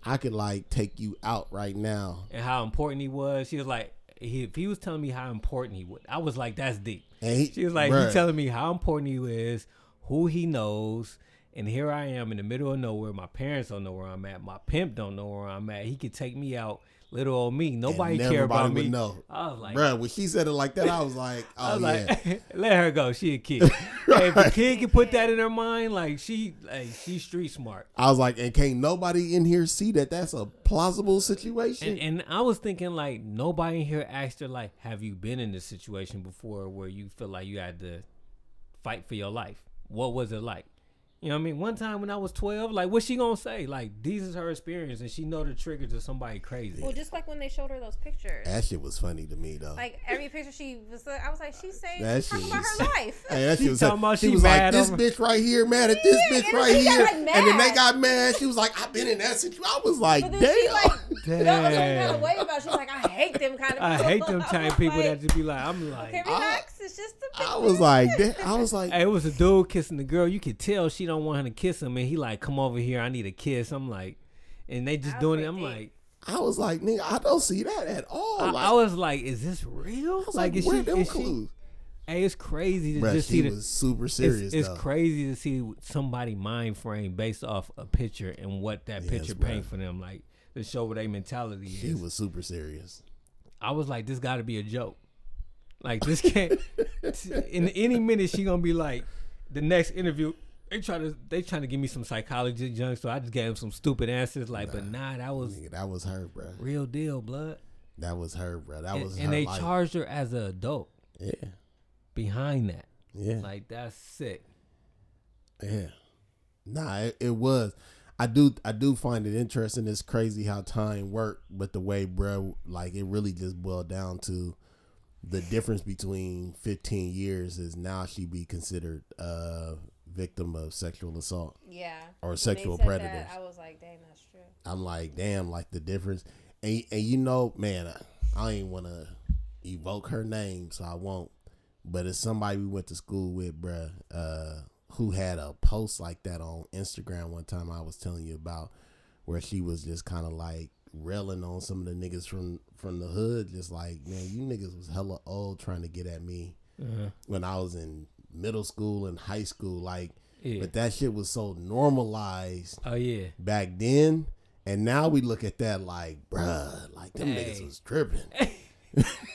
Speaker 2: I could like take you out right now,
Speaker 1: And how important he was. She was like, he, if he was telling me how important he would, I was like, that's deep.
Speaker 2: and he,
Speaker 1: She was like,
Speaker 2: bruh,
Speaker 1: he telling me how important he is, who he knows, and here I am in the middle of nowhere. My parents don't know where I'm at. My pimp don't know where I'm at. He could take me out, little old me.
Speaker 2: and
Speaker 1: Nobody care about me.
Speaker 2: everybody would know.
Speaker 1: I was like,
Speaker 2: Bruh, when she said it like that, I was like, oh
Speaker 1: I was
Speaker 2: yeah,
Speaker 1: like, let her go. She a kid. Hey, if a kid can put that in her mind, like she, like she street smart.
Speaker 2: I was like, and can't nobody in here see that that's a plausible
Speaker 1: And,
Speaker 2: situation.
Speaker 1: and I was thinking like nobody in here asked her like, have you been in this situation before where you feel like you had to fight for your life? What was it like? You know what I mean? One time when I was twelve, like what's she gonna say? Like these is her experience and she know the triggers of somebody crazy.
Speaker 3: Well, just like when they showed her those pictures.
Speaker 2: that shit was funny to me though.
Speaker 3: Like every picture she was, I was like, she's saying,
Speaker 2: That
Speaker 3: she's talking
Speaker 2: shit
Speaker 3: about
Speaker 2: was-
Speaker 3: her life.
Speaker 2: Hey, that
Speaker 1: She
Speaker 2: shit was
Speaker 1: talking about
Speaker 2: she
Speaker 1: she
Speaker 2: was like
Speaker 1: mad
Speaker 2: this
Speaker 1: over-
Speaker 2: bitch right here, mad at this
Speaker 3: Yeah,
Speaker 2: bitch
Speaker 3: and
Speaker 2: right
Speaker 3: she got,
Speaker 2: here,
Speaker 3: like,
Speaker 2: and then they
Speaker 3: mad.
Speaker 2: got mad. She was like, "I've been in that situation." I was like,
Speaker 3: But
Speaker 2: "Damn."
Speaker 3: then she like, that was what
Speaker 1: Damn.
Speaker 3: kind of way about. She's like, I hate them kind of. people.
Speaker 1: I hate them
Speaker 3: was
Speaker 1: type of people
Speaker 3: like,
Speaker 1: that just be like, I'm like,
Speaker 3: Can
Speaker 2: I-
Speaker 3: relax. it's just a picture.
Speaker 2: I was like, "Damn." I was like,
Speaker 1: Hey, it was a dude kissing the girl. You could tell she don't want him to kiss him, and he like, "Come over here, I need a kiss." I'm like, and they just
Speaker 3: I
Speaker 1: doing
Speaker 3: was
Speaker 1: it. I'm
Speaker 3: like,
Speaker 1: like,
Speaker 2: I was like, nigga, I don't see that at all.
Speaker 1: I,
Speaker 2: like,
Speaker 1: I was like, is this real?
Speaker 2: I was like,
Speaker 1: is
Speaker 2: where them
Speaker 1: is
Speaker 2: clues?
Speaker 1: Hey, it's crazy to
Speaker 2: Bruh,
Speaker 1: just
Speaker 2: she
Speaker 1: see the.
Speaker 2: was super
Speaker 1: It's,
Speaker 2: serious.
Speaker 1: it's
Speaker 2: though.
Speaker 1: crazy to see somebody mind frame based off a picture and what that
Speaker 2: Yes,
Speaker 1: picture
Speaker 2: bruh.
Speaker 1: paint for them, like to show what their mentality is.
Speaker 2: She was super serious.
Speaker 1: I was like, this got to be a joke. Like this can't. t- in any minute, she gonna be like, the next interview. They try to they trying to give me some psychology junk, so I just gave them some stupid answers. Like, but nah, that was
Speaker 2: Nigga, that was her, bro.
Speaker 1: real deal, blood.
Speaker 2: That was her, bro. That
Speaker 1: And,
Speaker 2: was
Speaker 1: and
Speaker 2: her
Speaker 1: they
Speaker 2: life.
Speaker 1: charged her as an adult
Speaker 2: yeah,
Speaker 1: behind that.
Speaker 2: yeah,
Speaker 1: Like that's sick.
Speaker 2: yeah. Nah, it, it was. I do, I do find it interesting. It's crazy how time worked, but the way, bro, like it really just boiled down to the difference between 15 years is now she be considered a victim of sexual assault
Speaker 3: Yeah.
Speaker 2: or
Speaker 3: When they
Speaker 2: sexual
Speaker 3: said
Speaker 2: predators.
Speaker 3: That, I was like, dang, that's true.
Speaker 2: I'm like, damn, like the difference. And, and you know, man, I, I ain't want to evoke her name, so I won't. But it's somebody we went to school with, bruh, uh, who had a post like that on Instagram one time I was telling you about, where she was just kind of like railing on some of the niggas from, from the hood, just like, man, you niggas was hella old trying to get at me when I was in middle school and high school. Like,
Speaker 1: Yeah.
Speaker 2: but that shit was so normalized
Speaker 1: oh yeah.
Speaker 2: back then, and now we look at that like, bruh, like them
Speaker 1: Hey.
Speaker 2: niggas was tripping.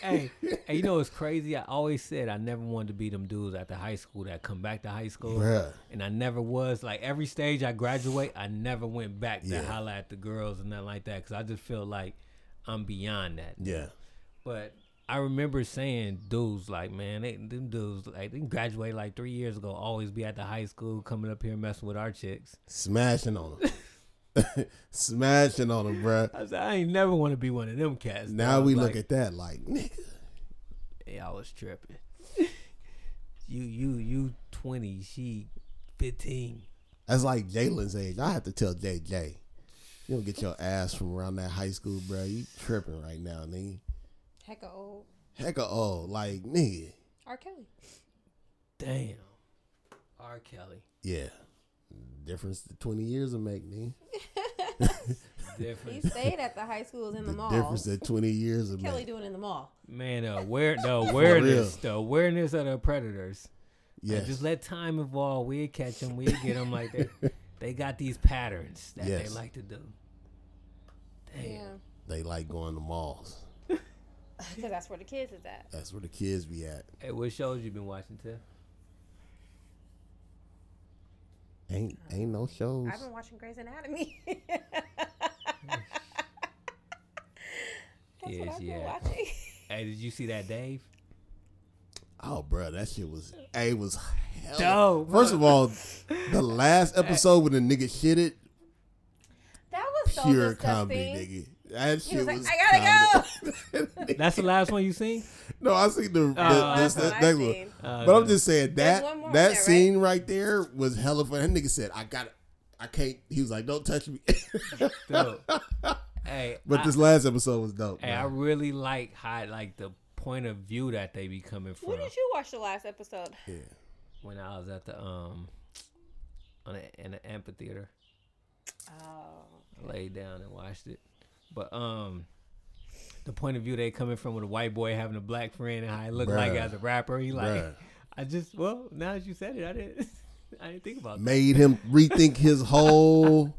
Speaker 1: hey, hey, you know what's crazy? I always said I never wanted to be them dudes at the high school that come back to high school.
Speaker 2: Bruh.
Speaker 1: And I never was. Like every stage I graduate, I never went back to
Speaker 2: Yeah.
Speaker 1: holla at the girls and nothing like that. Cause I just feel like I'm beyond that.
Speaker 2: Yeah,
Speaker 1: But I remember saying dudes like, man, they them dudes like they graduated like three years ago, always be at the high school coming up here messing with our chicks.
Speaker 2: smashing on them, smashing on them, bruh.
Speaker 1: I was like, I ain't never want to be one of them cats.
Speaker 2: Now
Speaker 1: dog.
Speaker 2: we
Speaker 1: Like,
Speaker 2: look at that like, nigga,
Speaker 1: Yeah, I was tripping. you you you twenty, she fifteen.
Speaker 2: that's like Jalen's age. I have to tell JJ, you don't get your ass from around that high school, bruh. You tripping right now, nigga.
Speaker 3: Heck of old
Speaker 2: Hecka old, like nigga.
Speaker 3: R. Kelly.
Speaker 1: Damn. R. Kelly.
Speaker 2: Yeah, difference the twenty years will make, nigga.
Speaker 3: He
Speaker 1: Different
Speaker 3: stayed at the high schools in the,
Speaker 2: The
Speaker 3: mall.
Speaker 2: difference that twenty years will
Speaker 3: Kelly
Speaker 2: make.
Speaker 3: doing in the mall.
Speaker 1: man, the aware the awareness, the awareness of the predators. Like,
Speaker 2: Yeah,
Speaker 1: just let time evolve. We'll catch them. We'll get them. Like they, they got these patterns that they
Speaker 2: Yes.
Speaker 1: like to do. Damn.
Speaker 3: Yeah.
Speaker 2: they like going to malls.
Speaker 3: Because that's where the kids is at.
Speaker 2: That's where the kids be at.
Speaker 1: Hey, what shows you been watching, Tiff?
Speaker 2: Ain't ain't no shows.
Speaker 3: I've been watching Grey's Anatomy. That's what
Speaker 1: Yes,
Speaker 3: I've been
Speaker 1: yeah.
Speaker 3: watching.
Speaker 1: Hey, did you see that, Dave?
Speaker 2: Oh, bro, that shit was. Hey, it was hell.
Speaker 1: Dope,
Speaker 2: First of all, the last episode when the nigga shitted,
Speaker 3: That was so
Speaker 2: pure
Speaker 3: disgusting.
Speaker 2: comedy, nigga. That
Speaker 3: He
Speaker 2: shit
Speaker 3: was
Speaker 2: was.
Speaker 3: like, I gotta
Speaker 2: comedy.
Speaker 1: That's the last one you seen.
Speaker 2: no, I seen the, the,
Speaker 1: Oh, that's
Speaker 2: this- that-
Speaker 3: what I
Speaker 2: that one.
Speaker 3: seen.
Speaker 1: Uh,
Speaker 2: But I'm just saying
Speaker 3: There's
Speaker 2: that
Speaker 3: one more
Speaker 2: that
Speaker 3: on there, right?
Speaker 2: scene right there was hella fun. That nigga said, "I got, I can't." He was like, "Don't touch me."
Speaker 1: dope. hey,
Speaker 2: but
Speaker 1: I-
Speaker 2: this last episode was dope.
Speaker 1: Hey, I
Speaker 2: bro.
Speaker 1: really like how like the point of view that they be coming from.
Speaker 3: When did you watch the last episode?
Speaker 2: yeah.
Speaker 1: When I was at the um on a, in the amphitheater,
Speaker 3: Oh.
Speaker 1: I laid down and watched it. But um, the point of view they coming from with a white boy having a black friend and how he looked like
Speaker 2: Bruh.
Speaker 1: as a rapper, he like,
Speaker 2: Bruh.
Speaker 1: I just well now that you said it, I didn't I didn't think about that.
Speaker 2: Made him rethink his whole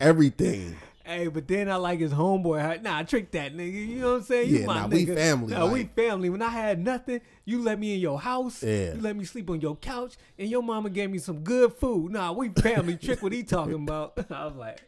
Speaker 2: everything.
Speaker 1: Hey, but then I like his homeboy. how- Nah, I tricked that nigga. You know what I'm saying? you
Speaker 2: Yeah,
Speaker 1: my
Speaker 2: nah, we
Speaker 1: nigga.
Speaker 2: family,
Speaker 1: Nah,
Speaker 2: like-
Speaker 1: we family. When I had nothing, you let me in your house.
Speaker 2: Yeah.
Speaker 1: You let me sleep on your couch, and your mama gave me some good food. Nah, we family. Trick what he talking about? I was like,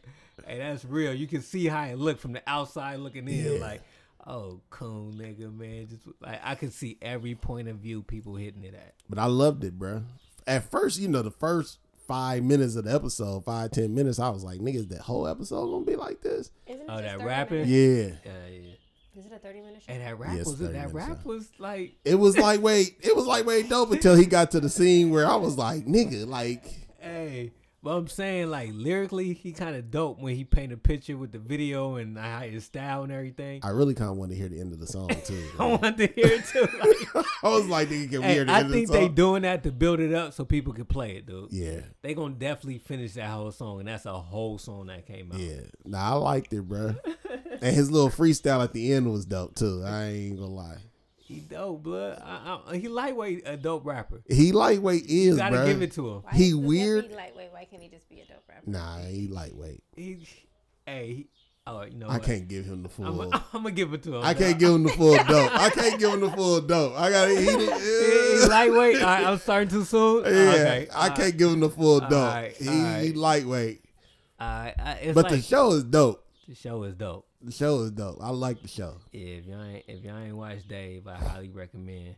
Speaker 1: hey, that's real. You can see how it looked from the outside looking in.
Speaker 2: Yeah.
Speaker 1: Like, oh, cool nigga, man. Just like I could see every point of view people hitting it at.
Speaker 2: But I loved it, bruh. At first, you know, the first five minutes of the episode, five ten minutes, I was like, "Niggas, that whole episode gonna be like this?"
Speaker 3: Isn't it
Speaker 1: Oh,
Speaker 3: just
Speaker 1: that
Speaker 3: 30
Speaker 1: rapping?
Speaker 3: minutes?
Speaker 2: Yeah,
Speaker 1: Yeah, yeah.
Speaker 3: Is it a 30 minute show?
Speaker 1: And that rap
Speaker 2: Yes,
Speaker 1: was that
Speaker 2: 30 minutes,
Speaker 1: rap
Speaker 2: huh?
Speaker 1: was like,
Speaker 2: it was like wait, it was like wait dope until he got to the scene where I was like, "Nigga, like,
Speaker 1: Hey, but I'm saying like lyrically, he kind of dope when he paint a picture with the video and how his style and everything.
Speaker 2: I really kind of want to hear the end of the song too."
Speaker 1: I
Speaker 2: bruh.
Speaker 1: want to hear it too. Like,
Speaker 2: I was like, "Nigga, can we
Speaker 1: hey,
Speaker 2: hear the
Speaker 1: I
Speaker 2: end
Speaker 1: think
Speaker 2: of the
Speaker 1: they
Speaker 2: song?"
Speaker 1: doing that to build it up so people can play it, dude.
Speaker 2: Yeah,
Speaker 1: They gonna definitely finish that whole song, and that's a whole song that came out.
Speaker 2: yeah. Nah, I liked it, bruh. And his little freestyle at the end was dope too. I ain't gonna lie.
Speaker 1: He dope, blood. I, I, he lightweight, a dope rapper.
Speaker 2: He lightweight is,
Speaker 1: You gotta
Speaker 2: bruh.
Speaker 1: give it to him.
Speaker 3: Why
Speaker 2: He
Speaker 3: does it
Speaker 2: weird.
Speaker 3: Be lightweight. Why can't he just be a dope rapper?
Speaker 2: Nah, he lightweight.
Speaker 1: He, hey, he, oh, you know
Speaker 2: I
Speaker 1: what?
Speaker 2: can't give him the
Speaker 1: I'm,
Speaker 2: full.
Speaker 1: I'm gonna give it to him.
Speaker 2: I can't give him the full dope. I can't give him the full dope. I gotta eat
Speaker 1: He- he
Speaker 2: it.
Speaker 1: lightweight. All right, I'm starting too soon.
Speaker 2: Yeah,
Speaker 1: Okay.
Speaker 2: I
Speaker 1: all
Speaker 2: can't give him the full dope.
Speaker 1: Alright,
Speaker 2: he, he
Speaker 1: alright.
Speaker 2: lightweight,
Speaker 1: All right. I, it's
Speaker 2: but
Speaker 1: like,
Speaker 2: the show is dope.
Speaker 1: the show is dope.
Speaker 2: The show is dope. I like the show.
Speaker 1: Yeah, if y'all ain't if y'all ain't watched Dave, I highly recommend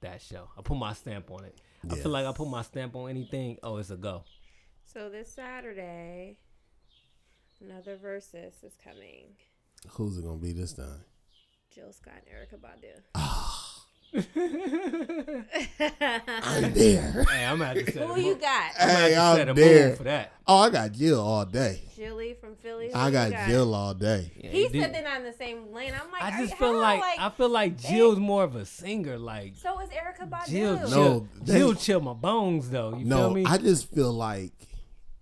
Speaker 1: that show. I put my stamp on it. I
Speaker 2: Yeah.
Speaker 1: feel like I put my stamp on anything. Oh, it's a go.
Speaker 3: So this Saturday, another versus is coming.
Speaker 2: Who's it gonna be this time?
Speaker 3: Jill Scott and Erica
Speaker 2: I'm
Speaker 3: Badu.
Speaker 2: there.
Speaker 1: Hey, I'm gonna have to set
Speaker 3: Who
Speaker 1: a
Speaker 3: you
Speaker 1: mo-
Speaker 3: got?
Speaker 1: I'm
Speaker 2: Hey,
Speaker 1: gonna have to set
Speaker 2: I'm
Speaker 1: a
Speaker 2: there.
Speaker 1: mood for that.
Speaker 2: Oh, I got Jill all day.
Speaker 3: Jilly from Philly. Who
Speaker 2: I
Speaker 3: you
Speaker 2: got Jill all day.
Speaker 1: Yeah,
Speaker 3: He
Speaker 1: you do.
Speaker 3: said they're not in the same lane. I'm like,
Speaker 1: I
Speaker 3: are
Speaker 1: just
Speaker 3: you-
Speaker 1: feel
Speaker 3: how?
Speaker 1: like, I feel like
Speaker 3: they-
Speaker 1: Jill's more of a singer. Like
Speaker 3: so is Erica Badu.
Speaker 1: Jill,
Speaker 2: No,
Speaker 1: chill,
Speaker 2: they-
Speaker 1: Jill chill my bones though. You feel
Speaker 2: No,
Speaker 1: me?
Speaker 2: I just feel like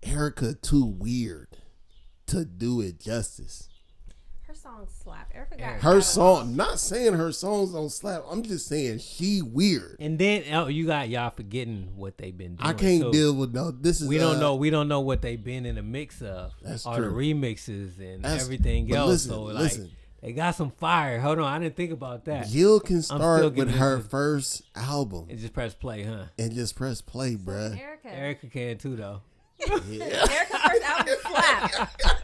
Speaker 2: Erica too weird to do it justice.
Speaker 3: Her song slap. Erica got
Speaker 1: Erica.
Speaker 2: Her song, not saying her songs don't slap. I'm just saying she weird.
Speaker 1: and then oh, you got y'all forgetting what they've been doing.
Speaker 2: I can't
Speaker 1: too.
Speaker 2: deal with no. This is
Speaker 1: We don't
Speaker 2: uh,
Speaker 1: know. We don't know what they've been in the mix of,
Speaker 2: That's
Speaker 1: or the
Speaker 2: true.
Speaker 1: remixes and
Speaker 2: That's-
Speaker 1: everything
Speaker 2: but
Speaker 1: else.
Speaker 2: listen,
Speaker 1: so like,
Speaker 2: listen.
Speaker 1: they got some fire. Hold on, I didn't think about that.
Speaker 2: Jill can
Speaker 1: still
Speaker 2: start with
Speaker 1: getting
Speaker 2: her
Speaker 1: into-
Speaker 2: first album
Speaker 1: And just press play, huh?
Speaker 2: and just press play, bruh.
Speaker 3: Erica.
Speaker 1: Erica can too, though.
Speaker 3: Erica first album slap.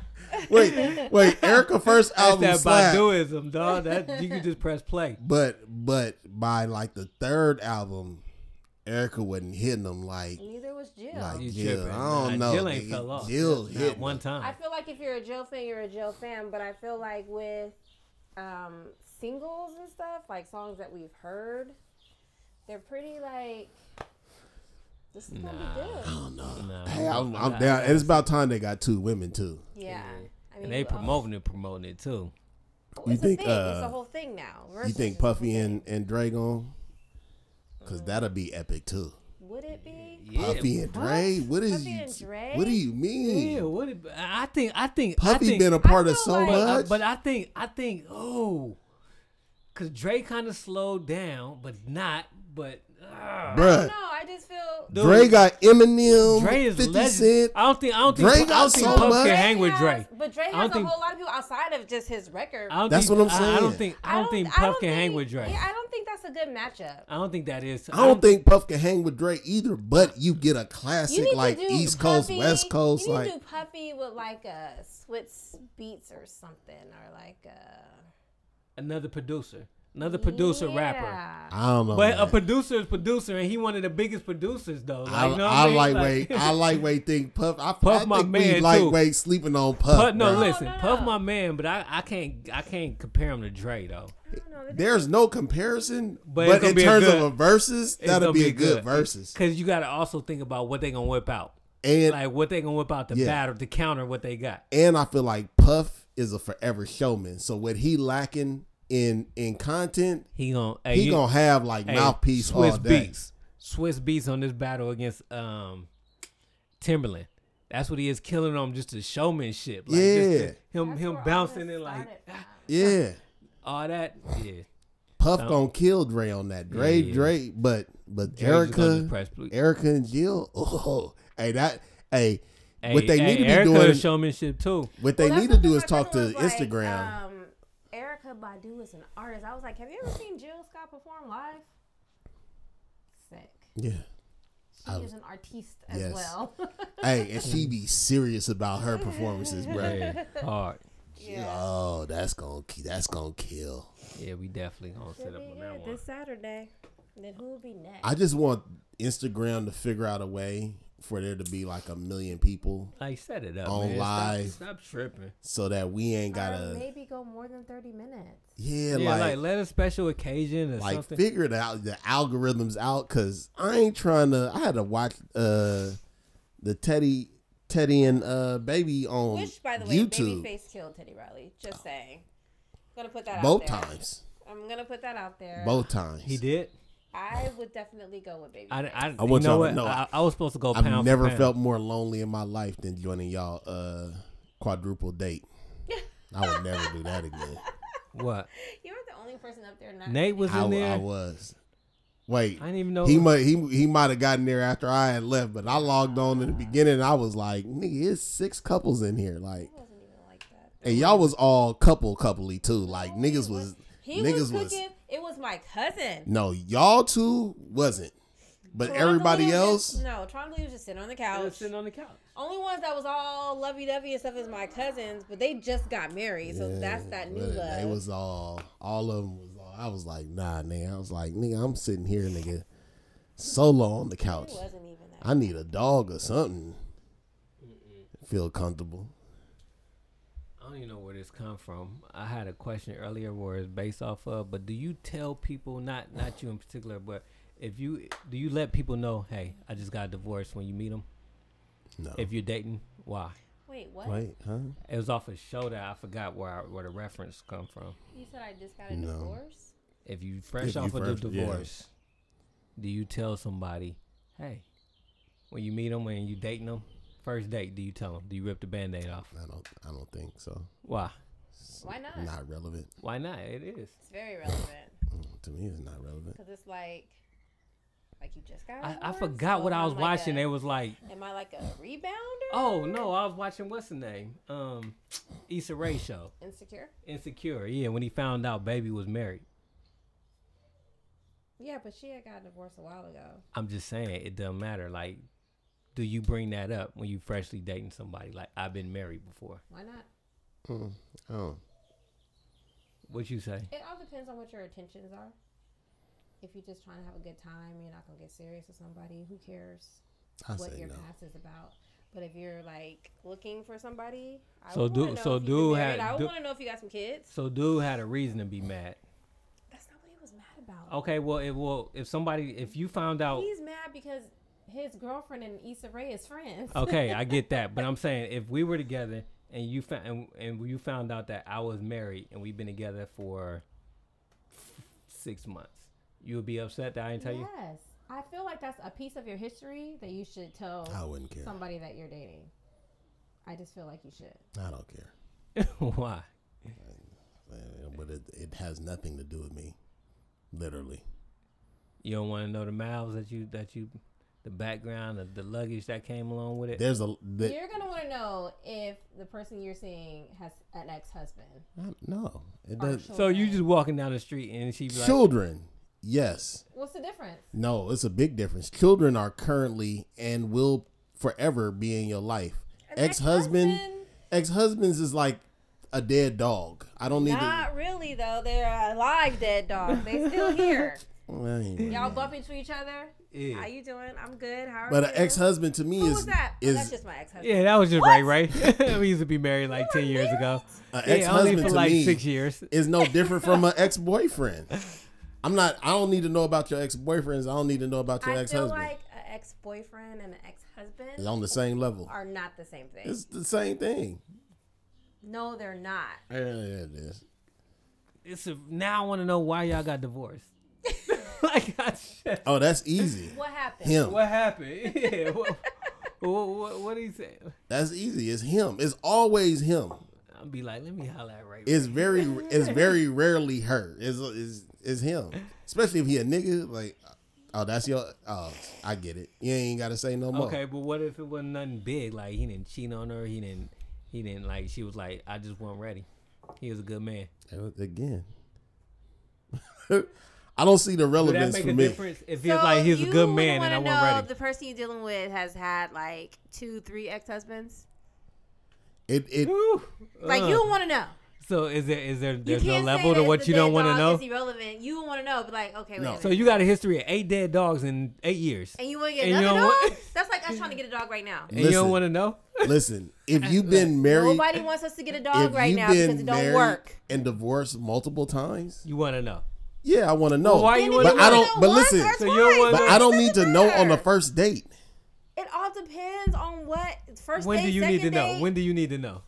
Speaker 2: Wait, wait. Erica first
Speaker 1: That's
Speaker 2: album
Speaker 1: that
Speaker 2: slap,
Speaker 1: Baduism, dog. That you can just press play.
Speaker 2: but but by like the third album, Erica wasn't hitting them like
Speaker 3: Neither was Jill.
Speaker 2: like
Speaker 1: You
Speaker 2: Jill.
Speaker 1: tripping.
Speaker 2: I don't
Speaker 1: Nah,
Speaker 2: know.
Speaker 1: Jill ain't
Speaker 2: nigga.
Speaker 1: fell off.
Speaker 2: Jill
Speaker 1: Not
Speaker 2: hit
Speaker 1: one
Speaker 2: one.
Speaker 1: time.
Speaker 3: I feel like if you're a Jill fan, you're a Jill fan, but I feel like with um, singles and stuff, like songs that we've heard, they're pretty like this is gonna be
Speaker 2: I
Speaker 3: good.
Speaker 2: don't know.
Speaker 1: Nah,
Speaker 2: Hey, I'm, I'm
Speaker 1: I-
Speaker 2: down. And it's about time they got two women too.
Speaker 3: Yeah, I mean
Speaker 1: And they
Speaker 3: we all-
Speaker 1: promoting it, promoting it too.
Speaker 3: It's
Speaker 2: You
Speaker 3: a
Speaker 2: think,
Speaker 3: thing. it's
Speaker 2: uh,
Speaker 3: a whole thing now.
Speaker 2: You
Speaker 3: Versus
Speaker 2: think
Speaker 3: is a whole
Speaker 2: Puffy
Speaker 3: thing.
Speaker 2: and and Dre gone? Cause that'll be epic too.
Speaker 3: would it be?
Speaker 1: Yeah,
Speaker 2: Puffy and Dre. What is
Speaker 3: Puffy
Speaker 2: you?
Speaker 3: and Dre?
Speaker 2: What do you
Speaker 1: Yeah,
Speaker 2: mean?
Speaker 1: what? It, I think. I think. I
Speaker 2: Puffy
Speaker 1: think,
Speaker 2: been a part of
Speaker 3: feel
Speaker 2: so
Speaker 3: like-
Speaker 1: But, I-
Speaker 2: much.
Speaker 1: but I think I think oh, cause Dre kind of slowed down, but not. But ah.
Speaker 3: No,
Speaker 2: Bruh,
Speaker 3: I just feel
Speaker 1: Dude,
Speaker 2: Dre got Eminem,
Speaker 1: Dre is
Speaker 2: 50
Speaker 1: legend.
Speaker 2: Cent.
Speaker 1: I don't think I don't think
Speaker 2: Dre
Speaker 1: I
Speaker 2: got
Speaker 1: don't think
Speaker 2: so
Speaker 1: Puff
Speaker 2: much.
Speaker 1: can hang with
Speaker 3: has-
Speaker 1: Dre.
Speaker 3: But Dre
Speaker 1: I don't
Speaker 3: has a
Speaker 1: think-
Speaker 3: whole lot of people outside of just his record.
Speaker 1: I don't
Speaker 2: That's
Speaker 1: think,
Speaker 2: what I'm
Speaker 1: I, I don't
Speaker 2: saying.
Speaker 1: think I don't think
Speaker 3: I
Speaker 1: Puff
Speaker 3: don't
Speaker 1: can hang
Speaker 3: think-
Speaker 1: with Dre.
Speaker 3: Yeah, I don't think that's a good matchup.
Speaker 1: I don't think that is.
Speaker 2: I don't think Puff can hang with Dre either, but you get a classic like
Speaker 3: do
Speaker 2: East Coast,
Speaker 3: Puffy-
Speaker 2: West Coast,
Speaker 3: You need
Speaker 2: like
Speaker 3: to do Puffy with like a Swiss Beats or something, or like a
Speaker 1: another producer, another producer rapper.
Speaker 3: Yeah.
Speaker 2: I don't know.
Speaker 1: But a
Speaker 2: Oh, man.
Speaker 1: producer is producer, and he one of the biggest producers though. Like,
Speaker 2: I,
Speaker 1: you know what
Speaker 2: I
Speaker 1: mean?
Speaker 2: lightweight. I lightweight think Puff. I, I
Speaker 1: Puff my
Speaker 2: think we
Speaker 1: man, too.
Speaker 2: lightweight sleeping on Puff.
Speaker 1: Puff, no,
Speaker 2: bruh.
Speaker 1: listen,
Speaker 3: no,
Speaker 1: Puff
Speaker 3: no.
Speaker 1: my man, but I, I can't I can't compare him to Dre though.
Speaker 3: I don't know. This
Speaker 2: There's no comparison,
Speaker 1: But
Speaker 2: but,
Speaker 1: it's gonna
Speaker 2: in
Speaker 1: be a
Speaker 2: terms
Speaker 1: good-
Speaker 2: of a versus,
Speaker 1: It's
Speaker 2: that'll
Speaker 1: gonna
Speaker 2: be, a good, versus.
Speaker 1: Because you got to also think about what they gonna whip out,
Speaker 2: And
Speaker 1: like what they gonna whip out the
Speaker 2: Yeah.
Speaker 1: battle to counter what they got.
Speaker 2: and I feel like Puff is a forever showman. So what he lacking in in content,
Speaker 1: He gonna hey,
Speaker 2: he
Speaker 1: you-
Speaker 2: gonna have like
Speaker 1: hey,
Speaker 2: mouthpiece
Speaker 1: Swiss
Speaker 2: all day.
Speaker 1: Beats, Swiss Beats on this battle against um Timberland. That's what he is killing on just the showmanship. Like
Speaker 2: Yeah.
Speaker 1: just the, him
Speaker 3: That's
Speaker 1: him
Speaker 3: where all
Speaker 1: bouncing
Speaker 3: this
Speaker 1: and like
Speaker 3: started from.
Speaker 2: Yeah,
Speaker 1: all that. Yeah,
Speaker 2: Puff gonna kill Dre on that. Dre,
Speaker 1: Yeah, yeah.
Speaker 2: Dre, but but
Speaker 1: Dre just gonna just
Speaker 2: Erica,
Speaker 1: press blue.
Speaker 2: Erica and Jill. Oh, hey that hey,
Speaker 1: Hey,
Speaker 2: what they
Speaker 1: hey,
Speaker 2: need to be
Speaker 1: Erica
Speaker 2: doing.
Speaker 1: is showmanship too.
Speaker 2: what they
Speaker 3: Well,
Speaker 2: need to
Speaker 3: that's
Speaker 2: do
Speaker 3: what
Speaker 2: is
Speaker 3: my
Speaker 2: talk to
Speaker 3: brother was like,
Speaker 2: Instagram.
Speaker 3: um, Erica Badu is an artist. I was like, have you ever seen Jill Scott perform live? Sick.
Speaker 2: yeah.
Speaker 3: She is an artiste as
Speaker 2: yes.
Speaker 3: well.
Speaker 2: Hey, and she be serious about her performances, bro.
Speaker 1: Yeah, hard.
Speaker 2: Oh, that's gonna ki- that's gonna kill.
Speaker 1: Yeah, we definitely gonna
Speaker 3: Should
Speaker 1: sit up
Speaker 3: be
Speaker 1: on
Speaker 3: good
Speaker 1: that one.
Speaker 3: this Saturday. Then who will be next?
Speaker 2: I just want Instagram to figure out a way for there to be like a million people
Speaker 1: Like set it up
Speaker 2: On
Speaker 1: man.
Speaker 2: live.
Speaker 1: Stop, stop tripping.
Speaker 2: so that we ain't
Speaker 3: Or
Speaker 2: gotta
Speaker 3: maybe go more than thirty minutes.
Speaker 2: yeah,
Speaker 1: Yeah, like,
Speaker 2: like
Speaker 1: let a special occasion or
Speaker 2: like
Speaker 1: something.
Speaker 2: figure it out the algorithms out because I ain't trying to. I had to watch uh the Teddy Teddy and uh baby on
Speaker 3: Which, by the way,
Speaker 2: YouTube
Speaker 3: Babyface killed Teddy Riley. Just saying. Gonna put that
Speaker 2: both
Speaker 3: out there.
Speaker 2: times,
Speaker 3: I'm gonna put that out there.
Speaker 2: both times.
Speaker 1: he did.
Speaker 3: I would definitely go with Babyface.
Speaker 1: I, I,
Speaker 2: I
Speaker 1: you
Speaker 2: want
Speaker 1: know
Speaker 2: y'all to
Speaker 1: what?
Speaker 2: know,
Speaker 1: I, I was supposed to go pound.
Speaker 2: I've
Speaker 1: for
Speaker 2: never
Speaker 1: pound.
Speaker 2: felt more lonely in my life than joining y'all uh quadruple date. I would never do that again.
Speaker 1: What?
Speaker 3: You were the only person up there not.
Speaker 1: Nate was
Speaker 2: I,
Speaker 1: in
Speaker 2: w-
Speaker 1: there.
Speaker 2: I
Speaker 1: I,
Speaker 2: was. Wait,
Speaker 1: didn't even know.
Speaker 2: he might he he might have gotten there after I had left, but I logged on in the beginning. I was like, nigga, it's six couples in here, like,
Speaker 3: He wasn't even like that.
Speaker 2: and y'all was all couple coupley too. Like niggas was
Speaker 3: He
Speaker 2: niggas
Speaker 3: was
Speaker 2: was-
Speaker 3: cooking. it was my cousin.
Speaker 2: no, y'all two wasn't, but
Speaker 3: Tron
Speaker 2: everybody
Speaker 3: Lee was
Speaker 2: else,
Speaker 3: just- no, Tron Lee was just sitting on the
Speaker 1: I
Speaker 3: couch.
Speaker 1: was sitting on the couch.
Speaker 3: Only ones that was all lovey dovey and stuff is my cousins, but they just got married, so
Speaker 2: Yeah,
Speaker 3: that's that new
Speaker 2: but
Speaker 3: love.
Speaker 2: They was all, all of them was. All, I was like, nah, nigga. I was like, nigga, I'm sitting here, nigga, solo on the
Speaker 3: it
Speaker 2: couch.
Speaker 3: wasn't even that.
Speaker 2: I need a dog or something. Feel comfortable.
Speaker 1: I don't even know where this come from. I had a question earlier where it's based off of, but do you tell people not not you in particular, but if you do you let people know, hey, I just got divorced when you meet them
Speaker 2: No.
Speaker 1: if you're dating? Why?
Speaker 3: Wait, what?
Speaker 2: Wait, huh?
Speaker 1: It was off a show that I forgot where I, where the reference come from.
Speaker 3: You said I just got a
Speaker 2: No.
Speaker 3: divorce?
Speaker 1: If you fresh
Speaker 2: If you
Speaker 1: off of
Speaker 2: fresh-
Speaker 1: the
Speaker 2: yeah.
Speaker 1: divorce, do you tell somebody, hey, when you meet them, when you dating them, first date, do you tell them? Do you rip the band-aid off?
Speaker 2: I don't. I don't think so.
Speaker 1: Why?
Speaker 3: Why not?
Speaker 2: Not relevant Mm,
Speaker 1: Why not? It is.
Speaker 3: It's very relevant
Speaker 2: to me. It's not relevant.
Speaker 3: because it's like, like you just got. a
Speaker 1: I, I
Speaker 3: divorce,
Speaker 1: forgot
Speaker 3: so
Speaker 1: what I
Speaker 3: am
Speaker 1: was watching.
Speaker 3: Like
Speaker 1: It
Speaker 3: a,
Speaker 1: was like,
Speaker 3: am I like a rebounder?
Speaker 1: oh no, I was watching what's the name? Um, Issa Rae show,
Speaker 3: Insecure?
Speaker 1: Insecure. Yeah, when he found out baby was married.
Speaker 3: Yeah, but she had got divorced a while ago.
Speaker 1: I'm just saying it doesn't matter. Like, do you bring that up when you freshly dating somebody? Like, I've been married before.
Speaker 3: Why not?
Speaker 2: Mm, oh,
Speaker 1: What you say?
Speaker 3: It all depends on what your intentions are. If you're just trying to have a good time, you're not gonna get serious with somebody. Who cares
Speaker 2: I
Speaker 3: what
Speaker 2: say
Speaker 3: your
Speaker 2: no.
Speaker 3: past is about? But if you're like looking for somebody, I
Speaker 1: So
Speaker 3: would
Speaker 1: do-
Speaker 3: wanna know
Speaker 1: so
Speaker 3: if you've been
Speaker 1: dude
Speaker 3: married.
Speaker 1: had-
Speaker 3: I
Speaker 1: du-
Speaker 3: want to know if you got some kids.
Speaker 1: So, dude had a reason to be mad.
Speaker 3: That's not what he was mad about.
Speaker 1: Okay, well, it well if somebody if you found out.
Speaker 3: He's mad because his girlfriend and Issa Rae is friends.
Speaker 1: Okay, I get that, but I'm saying if we were together and you found and, and you found out that I was married and we've been together for six months, you would be upset that I didn't tell you.
Speaker 3: Yes, I feel like that's a piece of your history that you should tell
Speaker 2: I wouldn't care.
Speaker 3: somebody that you're dating. I just feel like you should.
Speaker 2: I don't care.
Speaker 1: Why?
Speaker 2: Uh, But it, it has nothing to do with me. Literally.
Speaker 1: You don't want to know the mouths that you that you, the background, the, the luggage that came along with it.
Speaker 2: There's a the,
Speaker 3: You're gonna want to know if the person you're seeing has an ex-husband.
Speaker 2: I- no. It does.
Speaker 1: so you just walking down the street and she be like,
Speaker 2: Children. Yes.
Speaker 3: What's the difference?
Speaker 2: No. It's a big difference. Children are currently and will forever be in your life. Ex husband.
Speaker 3: ex-husband?
Speaker 2: Ex husbands is like a dead dog. I don't need
Speaker 3: Not really though. They're alive, dead dog. They still here.
Speaker 2: to. I ain't-
Speaker 3: Y'all bump into each other. How
Speaker 1: yeah,
Speaker 3: you doing? I'm good. How are
Speaker 2: But
Speaker 3: you?
Speaker 2: an ex husband to me
Speaker 3: Who
Speaker 2: is
Speaker 3: was that? Oh,
Speaker 2: is
Speaker 3: that's just my ex-husband.
Speaker 1: yeah, that was just right, right. we used to be married like ten years ago.
Speaker 2: an ex
Speaker 1: Yeah, only for
Speaker 2: husband to
Speaker 1: like
Speaker 2: me
Speaker 1: six years.
Speaker 2: is no different from an ex boyfriend. I'm not. I don't need to know about your ex boyfriends. I don't need to know about your
Speaker 3: I
Speaker 2: ex
Speaker 3: feel
Speaker 2: husband.
Speaker 3: like an ex-boyfriend and an
Speaker 2: It's
Speaker 3: ex-husband
Speaker 2: on the same level.
Speaker 3: are not the same thing.
Speaker 2: It's the same thing.
Speaker 3: No, they're not.
Speaker 2: Yeah, yeah, it is.
Speaker 1: It's a, now I want to know why y'all got divorced. like, I said,
Speaker 2: Oh, that's easy.
Speaker 3: What happened?
Speaker 2: Him.
Speaker 1: what happened? Yeah, what, what, what, what do you say?
Speaker 2: That's easy. It's him. It's always him.
Speaker 1: I'll be like, let me holler at Ray. Ray.
Speaker 2: It's very. It's very rarely her. It's is is him. Especially if he a nigga. Like, oh, that's your. Oh, I get it. You ain't gotta say no more.
Speaker 1: Okay, but what if it wasn't nothing big? Like he didn't cheat on her. He didn't. He didn't like. She was like, I just wasn't ready. He was a good man.
Speaker 2: That was- Again, I don't see the
Speaker 1: Would that
Speaker 2: relevance
Speaker 1: make
Speaker 2: for
Speaker 1: a
Speaker 2: me.
Speaker 1: difference if he's like he's a
Speaker 3: you
Speaker 1: good
Speaker 3: would
Speaker 1: man and
Speaker 3: wanna
Speaker 1: I
Speaker 3: know
Speaker 1: wasn't ready?
Speaker 3: The person you're dealing with has had like two, three ex-husbands.
Speaker 2: It it
Speaker 1: Whew.
Speaker 3: Like
Speaker 1: Uh,
Speaker 3: you want to know.
Speaker 1: So is there is there
Speaker 3: You
Speaker 1: there's no
Speaker 3: can't say
Speaker 1: level to
Speaker 3: that
Speaker 1: what
Speaker 3: the
Speaker 1: you don't
Speaker 3: dead
Speaker 1: want to
Speaker 3: dog
Speaker 1: know?
Speaker 3: Is irrelevant. You want to know, but like, okay, wait.
Speaker 2: No.
Speaker 3: a
Speaker 1: So
Speaker 3: minute.
Speaker 1: you got a history of eight dead dogs in eight years,
Speaker 3: and you want to get
Speaker 1: and you
Speaker 3: another
Speaker 1: don't
Speaker 3: dog?
Speaker 1: want-
Speaker 3: That's like us trying to get a dog right now.
Speaker 1: and you
Speaker 2: Listen.
Speaker 1: don't want to know.
Speaker 2: listen. If you've been married,
Speaker 3: Uh, Nobody wants us to get a
Speaker 2: if
Speaker 3: dog right
Speaker 2: you've
Speaker 3: now
Speaker 2: been
Speaker 3: because it don't
Speaker 2: married
Speaker 3: work.
Speaker 2: and divorced multiple times,
Speaker 1: You want to know.
Speaker 2: yeah, I want to know.
Speaker 1: why you
Speaker 3: Then
Speaker 1: wouldn't
Speaker 3: if
Speaker 1: But I
Speaker 3: you
Speaker 1: don't-
Speaker 2: but
Speaker 3: once
Speaker 2: listen.
Speaker 3: or
Speaker 1: So you don't
Speaker 3: twice,
Speaker 1: wanna-
Speaker 2: but I don't need to
Speaker 3: doesn't
Speaker 2: know on the
Speaker 3: matter.
Speaker 2: first date.
Speaker 3: It all depends on what first.
Speaker 1: When
Speaker 3: date,
Speaker 1: do you need to
Speaker 3: second
Speaker 1: know?
Speaker 3: date.
Speaker 1: When do you need to know?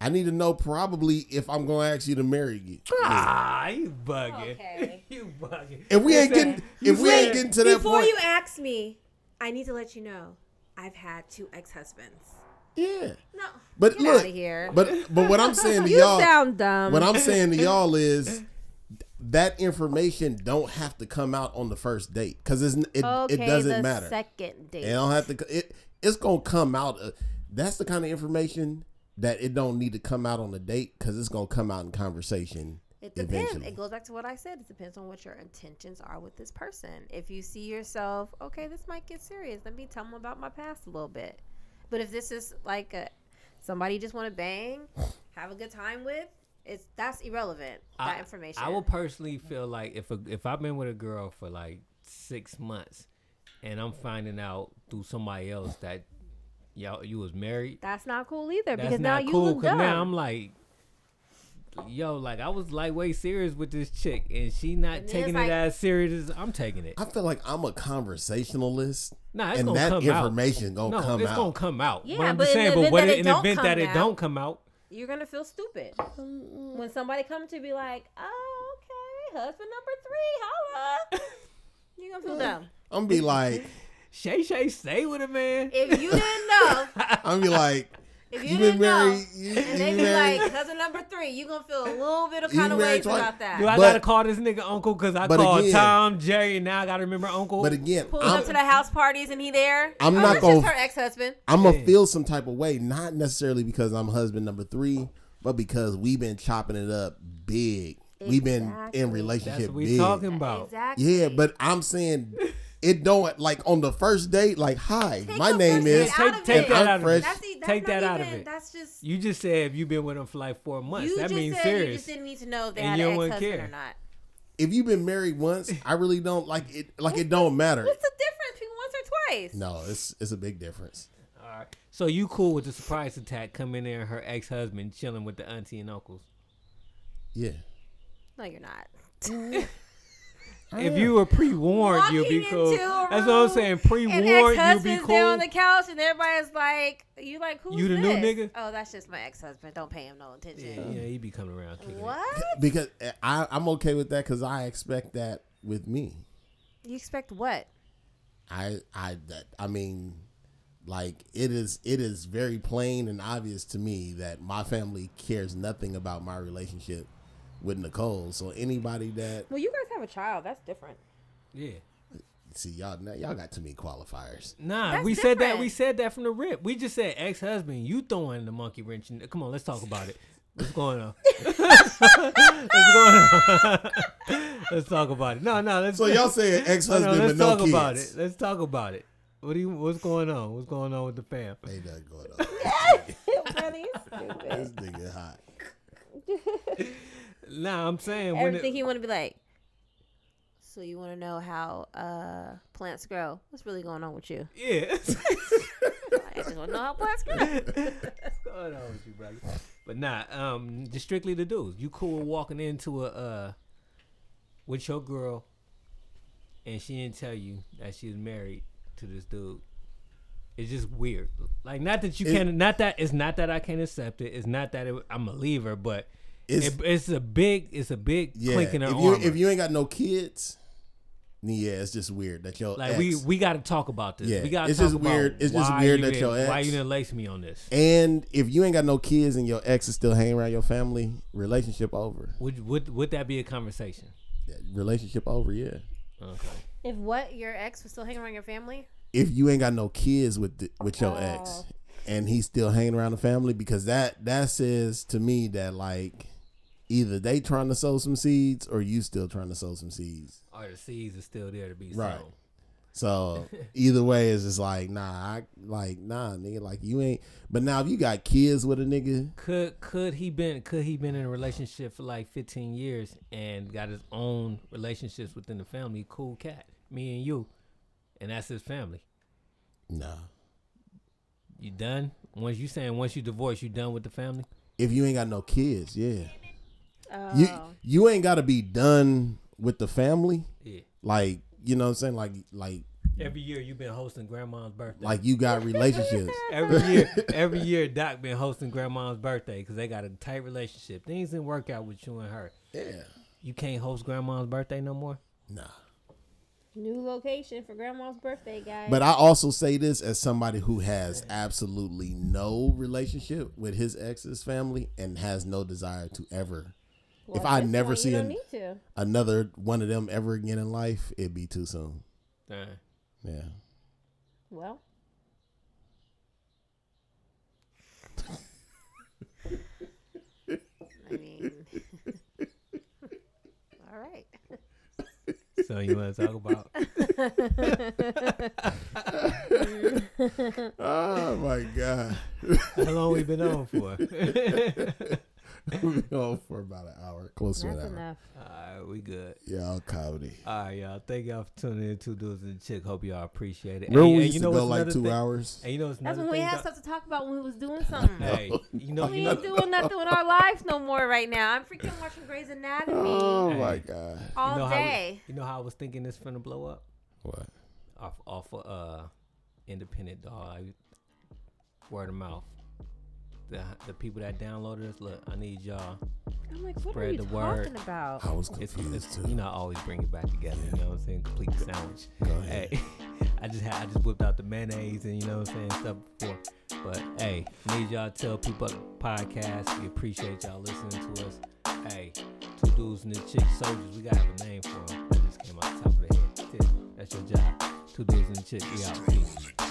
Speaker 2: I need to know probably if I'm going to ask you to marry you.
Speaker 1: Ah, you bugging.
Speaker 3: Okay.
Speaker 1: you bugging.
Speaker 2: If we
Speaker 1: You
Speaker 2: ain't
Speaker 1: said-
Speaker 2: getting,
Speaker 1: you
Speaker 2: if we ain't
Speaker 1: said-
Speaker 2: getting to that
Speaker 3: Before
Speaker 2: point,
Speaker 3: you ask me, I need to let you know I've had two ex-husbands.
Speaker 2: yeah.
Speaker 3: No.
Speaker 2: But
Speaker 3: Get
Speaker 2: look,
Speaker 3: outta here.
Speaker 2: but but what I'm saying to
Speaker 5: You
Speaker 2: y'all,
Speaker 5: sound dumb.
Speaker 2: what I'm saying to y'all is that information don't have to come out on the first date because it's n- it,
Speaker 3: Okay,
Speaker 2: it doesn't
Speaker 3: the
Speaker 2: matter.
Speaker 3: second date.
Speaker 2: It don't have to. c- It it's gonna come out. uh, that's the kind of information that it don't need to come out on a date because it's gonna come out in conversation.
Speaker 3: It depends.
Speaker 2: Eventually.
Speaker 3: It goes back to what I said. It depends on what your intentions are with this person. If you see yourself, okay, this might get serious. Let me tell them about my past a little bit. But if this is like a somebody you just want to bang, have a good time with, it's that's irrelevant. that information.
Speaker 1: I would personally feel like if a, if I've been with a girl for like six months, and I'm finding out through somebody else that y'all you was married,
Speaker 3: that's not cool either
Speaker 1: that's
Speaker 3: because now
Speaker 1: not
Speaker 3: you
Speaker 1: cool.
Speaker 3: look dumb.
Speaker 1: now I'm like, yo, like I was lightweight serious with this chick, and she not
Speaker 3: And then
Speaker 1: taking
Speaker 3: it's
Speaker 1: it
Speaker 3: like-
Speaker 1: as serious as I'm taking it.
Speaker 2: I feel like I'm a conversationalist,
Speaker 1: Nah, it's
Speaker 2: and
Speaker 1: gonna
Speaker 2: that
Speaker 1: come out.
Speaker 2: information gonna
Speaker 1: no,
Speaker 2: come
Speaker 1: it's
Speaker 2: out.
Speaker 1: gonna come out.
Speaker 3: Yeah,
Speaker 1: but I'm
Speaker 3: but
Speaker 1: just
Speaker 3: in the
Speaker 1: saying, but
Speaker 3: event
Speaker 1: what
Speaker 3: that
Speaker 1: if-
Speaker 3: it
Speaker 1: in the
Speaker 3: don't
Speaker 1: event
Speaker 3: come
Speaker 1: that it
Speaker 3: out-
Speaker 1: don't come out,
Speaker 3: You're gonna feel stupid when somebody comes to be like, "Oh, okay, husband number three, holla." You're gonna feel dumb
Speaker 2: I'm be like,
Speaker 1: Shay Shay stay with a man.
Speaker 3: if you didn't know.
Speaker 2: I'm be like,
Speaker 3: If
Speaker 2: you
Speaker 3: you
Speaker 2: been
Speaker 3: didn't
Speaker 2: married,
Speaker 3: know,
Speaker 2: you,
Speaker 3: and
Speaker 2: you
Speaker 3: they be
Speaker 2: married,
Speaker 3: like, cousin number three, you gonna feel a little bit of
Speaker 2: You
Speaker 3: kind of
Speaker 2: married
Speaker 3: ways
Speaker 2: twice.
Speaker 3: about that.
Speaker 1: Do I
Speaker 2: But-
Speaker 1: gotta call this nigga uncle? Cause I
Speaker 2: but
Speaker 1: called
Speaker 2: again-
Speaker 1: Tom, Jerry, and now I gotta remember uncle.
Speaker 2: but again,
Speaker 3: Pulls
Speaker 2: I'm,
Speaker 3: up to the house parties and he there.
Speaker 2: I'm
Speaker 3: oh,
Speaker 2: not
Speaker 3: that's
Speaker 2: gonna-
Speaker 3: just her ex husband.
Speaker 2: I'm gonna
Speaker 1: Yeah.
Speaker 2: feel some type of way, not necessarily because I'm husband number three, but because we've been chopping it up big. We've been
Speaker 3: Exactly.
Speaker 2: in
Speaker 1: That's
Speaker 2: relationship
Speaker 1: what we
Speaker 2: big.
Speaker 1: talking about.
Speaker 3: Exactly.
Speaker 2: Yeah, but I'm saying it don't like on the first date. Like, hi,
Speaker 3: Take
Speaker 2: my
Speaker 3: the
Speaker 2: name
Speaker 3: first
Speaker 2: is.
Speaker 3: date
Speaker 1: Take,
Speaker 3: out of
Speaker 1: take
Speaker 2: it.
Speaker 1: that
Speaker 2: I'm
Speaker 1: out of
Speaker 2: fresh.
Speaker 1: it.
Speaker 3: That's, the- that's
Speaker 1: take
Speaker 3: not
Speaker 1: that out
Speaker 3: even-
Speaker 1: of it.
Speaker 3: That's just
Speaker 1: You just said you've been with him for like four months.
Speaker 3: you
Speaker 1: that
Speaker 3: just
Speaker 1: means
Speaker 3: said you
Speaker 1: serious.
Speaker 3: just didn't need to know if they
Speaker 1: And
Speaker 3: had
Speaker 1: you
Speaker 3: an
Speaker 1: don't
Speaker 3: ex husband
Speaker 1: care.
Speaker 3: or not.
Speaker 2: If you've been married once, I really don't like it. Like, it don't matter.
Speaker 3: What's the difference between once or twice?
Speaker 2: No, it's it's a big difference.
Speaker 1: All right. So you cool with the surprise attack coming there and her ex husband chilling with the auntie and uncles?
Speaker 2: Yeah.
Speaker 3: No, you're not.
Speaker 1: If you were pre warned,
Speaker 3: Mm. Walking
Speaker 1: you'll be
Speaker 3: into
Speaker 1: cool.
Speaker 3: a
Speaker 1: That's what I'm
Speaker 3: room
Speaker 1: saying. Pre
Speaker 3: And
Speaker 1: warned,
Speaker 3: ex
Speaker 1: you'll be
Speaker 3: husband's there
Speaker 1: cool.
Speaker 3: on the couch, and everybody's like, "You like who's
Speaker 1: You the new
Speaker 3: this?
Speaker 1: nigga?
Speaker 3: Oh, that's just my ex husband. Don't pay him no
Speaker 1: Yeah,
Speaker 3: attention.
Speaker 1: yeah, he be coming around. Kicking it.
Speaker 3: What?
Speaker 2: Because I, I'm okay with that because I expect that with me.
Speaker 3: You expect what?
Speaker 2: I I that I mean, like it is it is very plain and obvious to me that my family cares nothing about my relationship with Nicole. So anybody that
Speaker 3: Well, you guys have a child. That's different.
Speaker 1: Yeah.
Speaker 2: see y'all now y'all got too many qualifiers.
Speaker 1: Nah,
Speaker 3: That's
Speaker 1: we said that. We
Speaker 3: different.
Speaker 1: said that from the rip. We just said ex husband. You throwing the monkey wrench. In, come on, let's talk about it. What's going on? What's going on? let's talk about it. No, no. Let's
Speaker 2: So y'all saying ex
Speaker 1: no, no,
Speaker 2: husband
Speaker 1: let's
Speaker 2: but no
Speaker 1: talk
Speaker 2: kids.
Speaker 1: about it. Let's talk about it. What do you? What's going on? What's going on with the fam?
Speaker 2: Ain't nothing going on.
Speaker 3: Really? Stupid.
Speaker 2: this nigga hot.
Speaker 1: Nah, I'm saying when
Speaker 3: Everything
Speaker 1: it,
Speaker 3: he want to be like. So you want to know how uh, plants grow? What's really going on with you?
Speaker 1: yeah.
Speaker 3: I just want to know how plants grow.
Speaker 1: What's going on with you, brother? But nah, um, just strictly the dudes. You cool walking into a uh, with your girl, and she didn't tell you that she was married to this dude. It's just weird. Like, not that you
Speaker 2: It-
Speaker 1: can, not that it's not that I can't accept it. It's not that it, I'm a leaver, but
Speaker 2: It's
Speaker 1: it, it's a big, it's a big
Speaker 2: yeah.
Speaker 1: clink in her
Speaker 2: if you
Speaker 1: armor.
Speaker 2: if you ain't got no kids, then yeah, it's just weird that your
Speaker 1: like
Speaker 2: ex,
Speaker 1: we we got to talk about this.
Speaker 2: Yeah,
Speaker 1: we got.
Speaker 2: it's
Speaker 1: talk
Speaker 2: just
Speaker 1: about
Speaker 2: weird- it's just
Speaker 1: why
Speaker 2: weird
Speaker 1: you
Speaker 2: that
Speaker 1: didn't-
Speaker 2: your
Speaker 1: why
Speaker 2: ex-
Speaker 1: you didn't lace me on this.
Speaker 2: and if you ain't got no kids and your ex is still hanging around your family, relationship over.
Speaker 1: Would would would that be a conversation?
Speaker 2: Yeah, Relationship over, yeah.
Speaker 1: Okay.
Speaker 3: If what your ex was still hanging around your family,
Speaker 2: if you ain't got no kids with the, with your ex
Speaker 3: Oh.
Speaker 2: and he's still hanging around the family because that that says to me that like either they trying to sow some seeds or you still trying to sow some seeds
Speaker 1: Or the seeds are still there to be
Speaker 2: Right.
Speaker 1: sown.
Speaker 2: so either way it's just like nah I like nah nigga like you ain't but now if you got kids with a nigga
Speaker 1: Could could he been could he been in a relationship for like fifteen years and got his own relationships within the family? Cool cat, me and you, and that's his family.
Speaker 2: nah
Speaker 1: You done? Once you saying once you divorce, you done with the family?
Speaker 2: if you ain't got no kids yeah
Speaker 3: oh,
Speaker 2: you you ain't got to be done with the family
Speaker 1: Yeah.
Speaker 2: like you know what I'm saying like like
Speaker 1: Every year you've been hosting grandma's birthday.
Speaker 2: like you got relationships
Speaker 1: Every year, every year, Doc been hosting Grandma's birthday because they got a tight relationship. Things didn't work out with you and her.
Speaker 2: yeah
Speaker 1: You can't host Grandma's birthday no more.
Speaker 2: nah
Speaker 3: New location for grandma's birthday, guys.
Speaker 2: But I also say this as somebody who has absolutely no relationship with his ex's family and has no desire to ever.
Speaker 3: Well,
Speaker 2: if
Speaker 3: at
Speaker 2: I
Speaker 3: this
Speaker 2: never
Speaker 3: point,
Speaker 2: see
Speaker 3: you
Speaker 2: an-
Speaker 3: don't need to.
Speaker 2: another one of them ever again in life, it'd be too soon.
Speaker 1: Dang.
Speaker 2: Yeah.
Speaker 3: Well, I mean, all right.
Speaker 1: So you want to talk about?
Speaker 2: Oh my god.
Speaker 1: How long we been on for?
Speaker 2: We've been on for about an hour, close to an
Speaker 3: That's
Speaker 2: hour.
Speaker 3: enough.
Speaker 1: Alright, we good.
Speaker 2: Yeah, all comedy.
Speaker 1: Alright, y'all. Thank y'all for tuning in to Dudes and Chick. Hope y'all appreciate it.
Speaker 2: Remember
Speaker 1: and,
Speaker 2: we
Speaker 1: and
Speaker 2: used
Speaker 1: you
Speaker 2: to
Speaker 1: know
Speaker 2: go
Speaker 1: what's
Speaker 2: like
Speaker 1: another
Speaker 2: two
Speaker 1: thing?
Speaker 2: hours?
Speaker 1: And you know what's
Speaker 3: That's
Speaker 1: another
Speaker 3: when we
Speaker 1: thing
Speaker 3: had
Speaker 1: about-
Speaker 3: stuff to talk about when we was doing something.
Speaker 1: Hey, you know,
Speaker 3: We
Speaker 1: you know,
Speaker 3: ain't doing nothing with our lives no more right now. I'm freaking watching Grey's Anatomy
Speaker 2: Oh my
Speaker 1: my
Speaker 2: god.
Speaker 3: all
Speaker 1: you know How,
Speaker 3: day.
Speaker 1: you know how I was thinking this finna blow up?
Speaker 2: What?
Speaker 1: Off off of uh independent dog word of mouth. The the people that downloaded us, look, I need y'all.
Speaker 3: I'm like, what are
Speaker 1: spread
Speaker 3: you
Speaker 1: the
Speaker 3: talking
Speaker 1: word.
Speaker 3: about?
Speaker 2: I was
Speaker 1: It's,
Speaker 2: confused
Speaker 1: it's
Speaker 2: too.
Speaker 1: you know I always bring it back together, you know what I'm saying? Complete the sandwich.
Speaker 2: Go ahead.
Speaker 1: Hey, I just had I just whipped out the mayonnaise and you know what I'm saying stuff before. But hey, need y'all to tell people about the podcast. We appreciate y'all listening to us. Hey, two dudes and the chick soldiers. We gotta have a name for them. That just came off the top of the head. Tiff, That's your job. Two dudes and the chick. We out. Peace.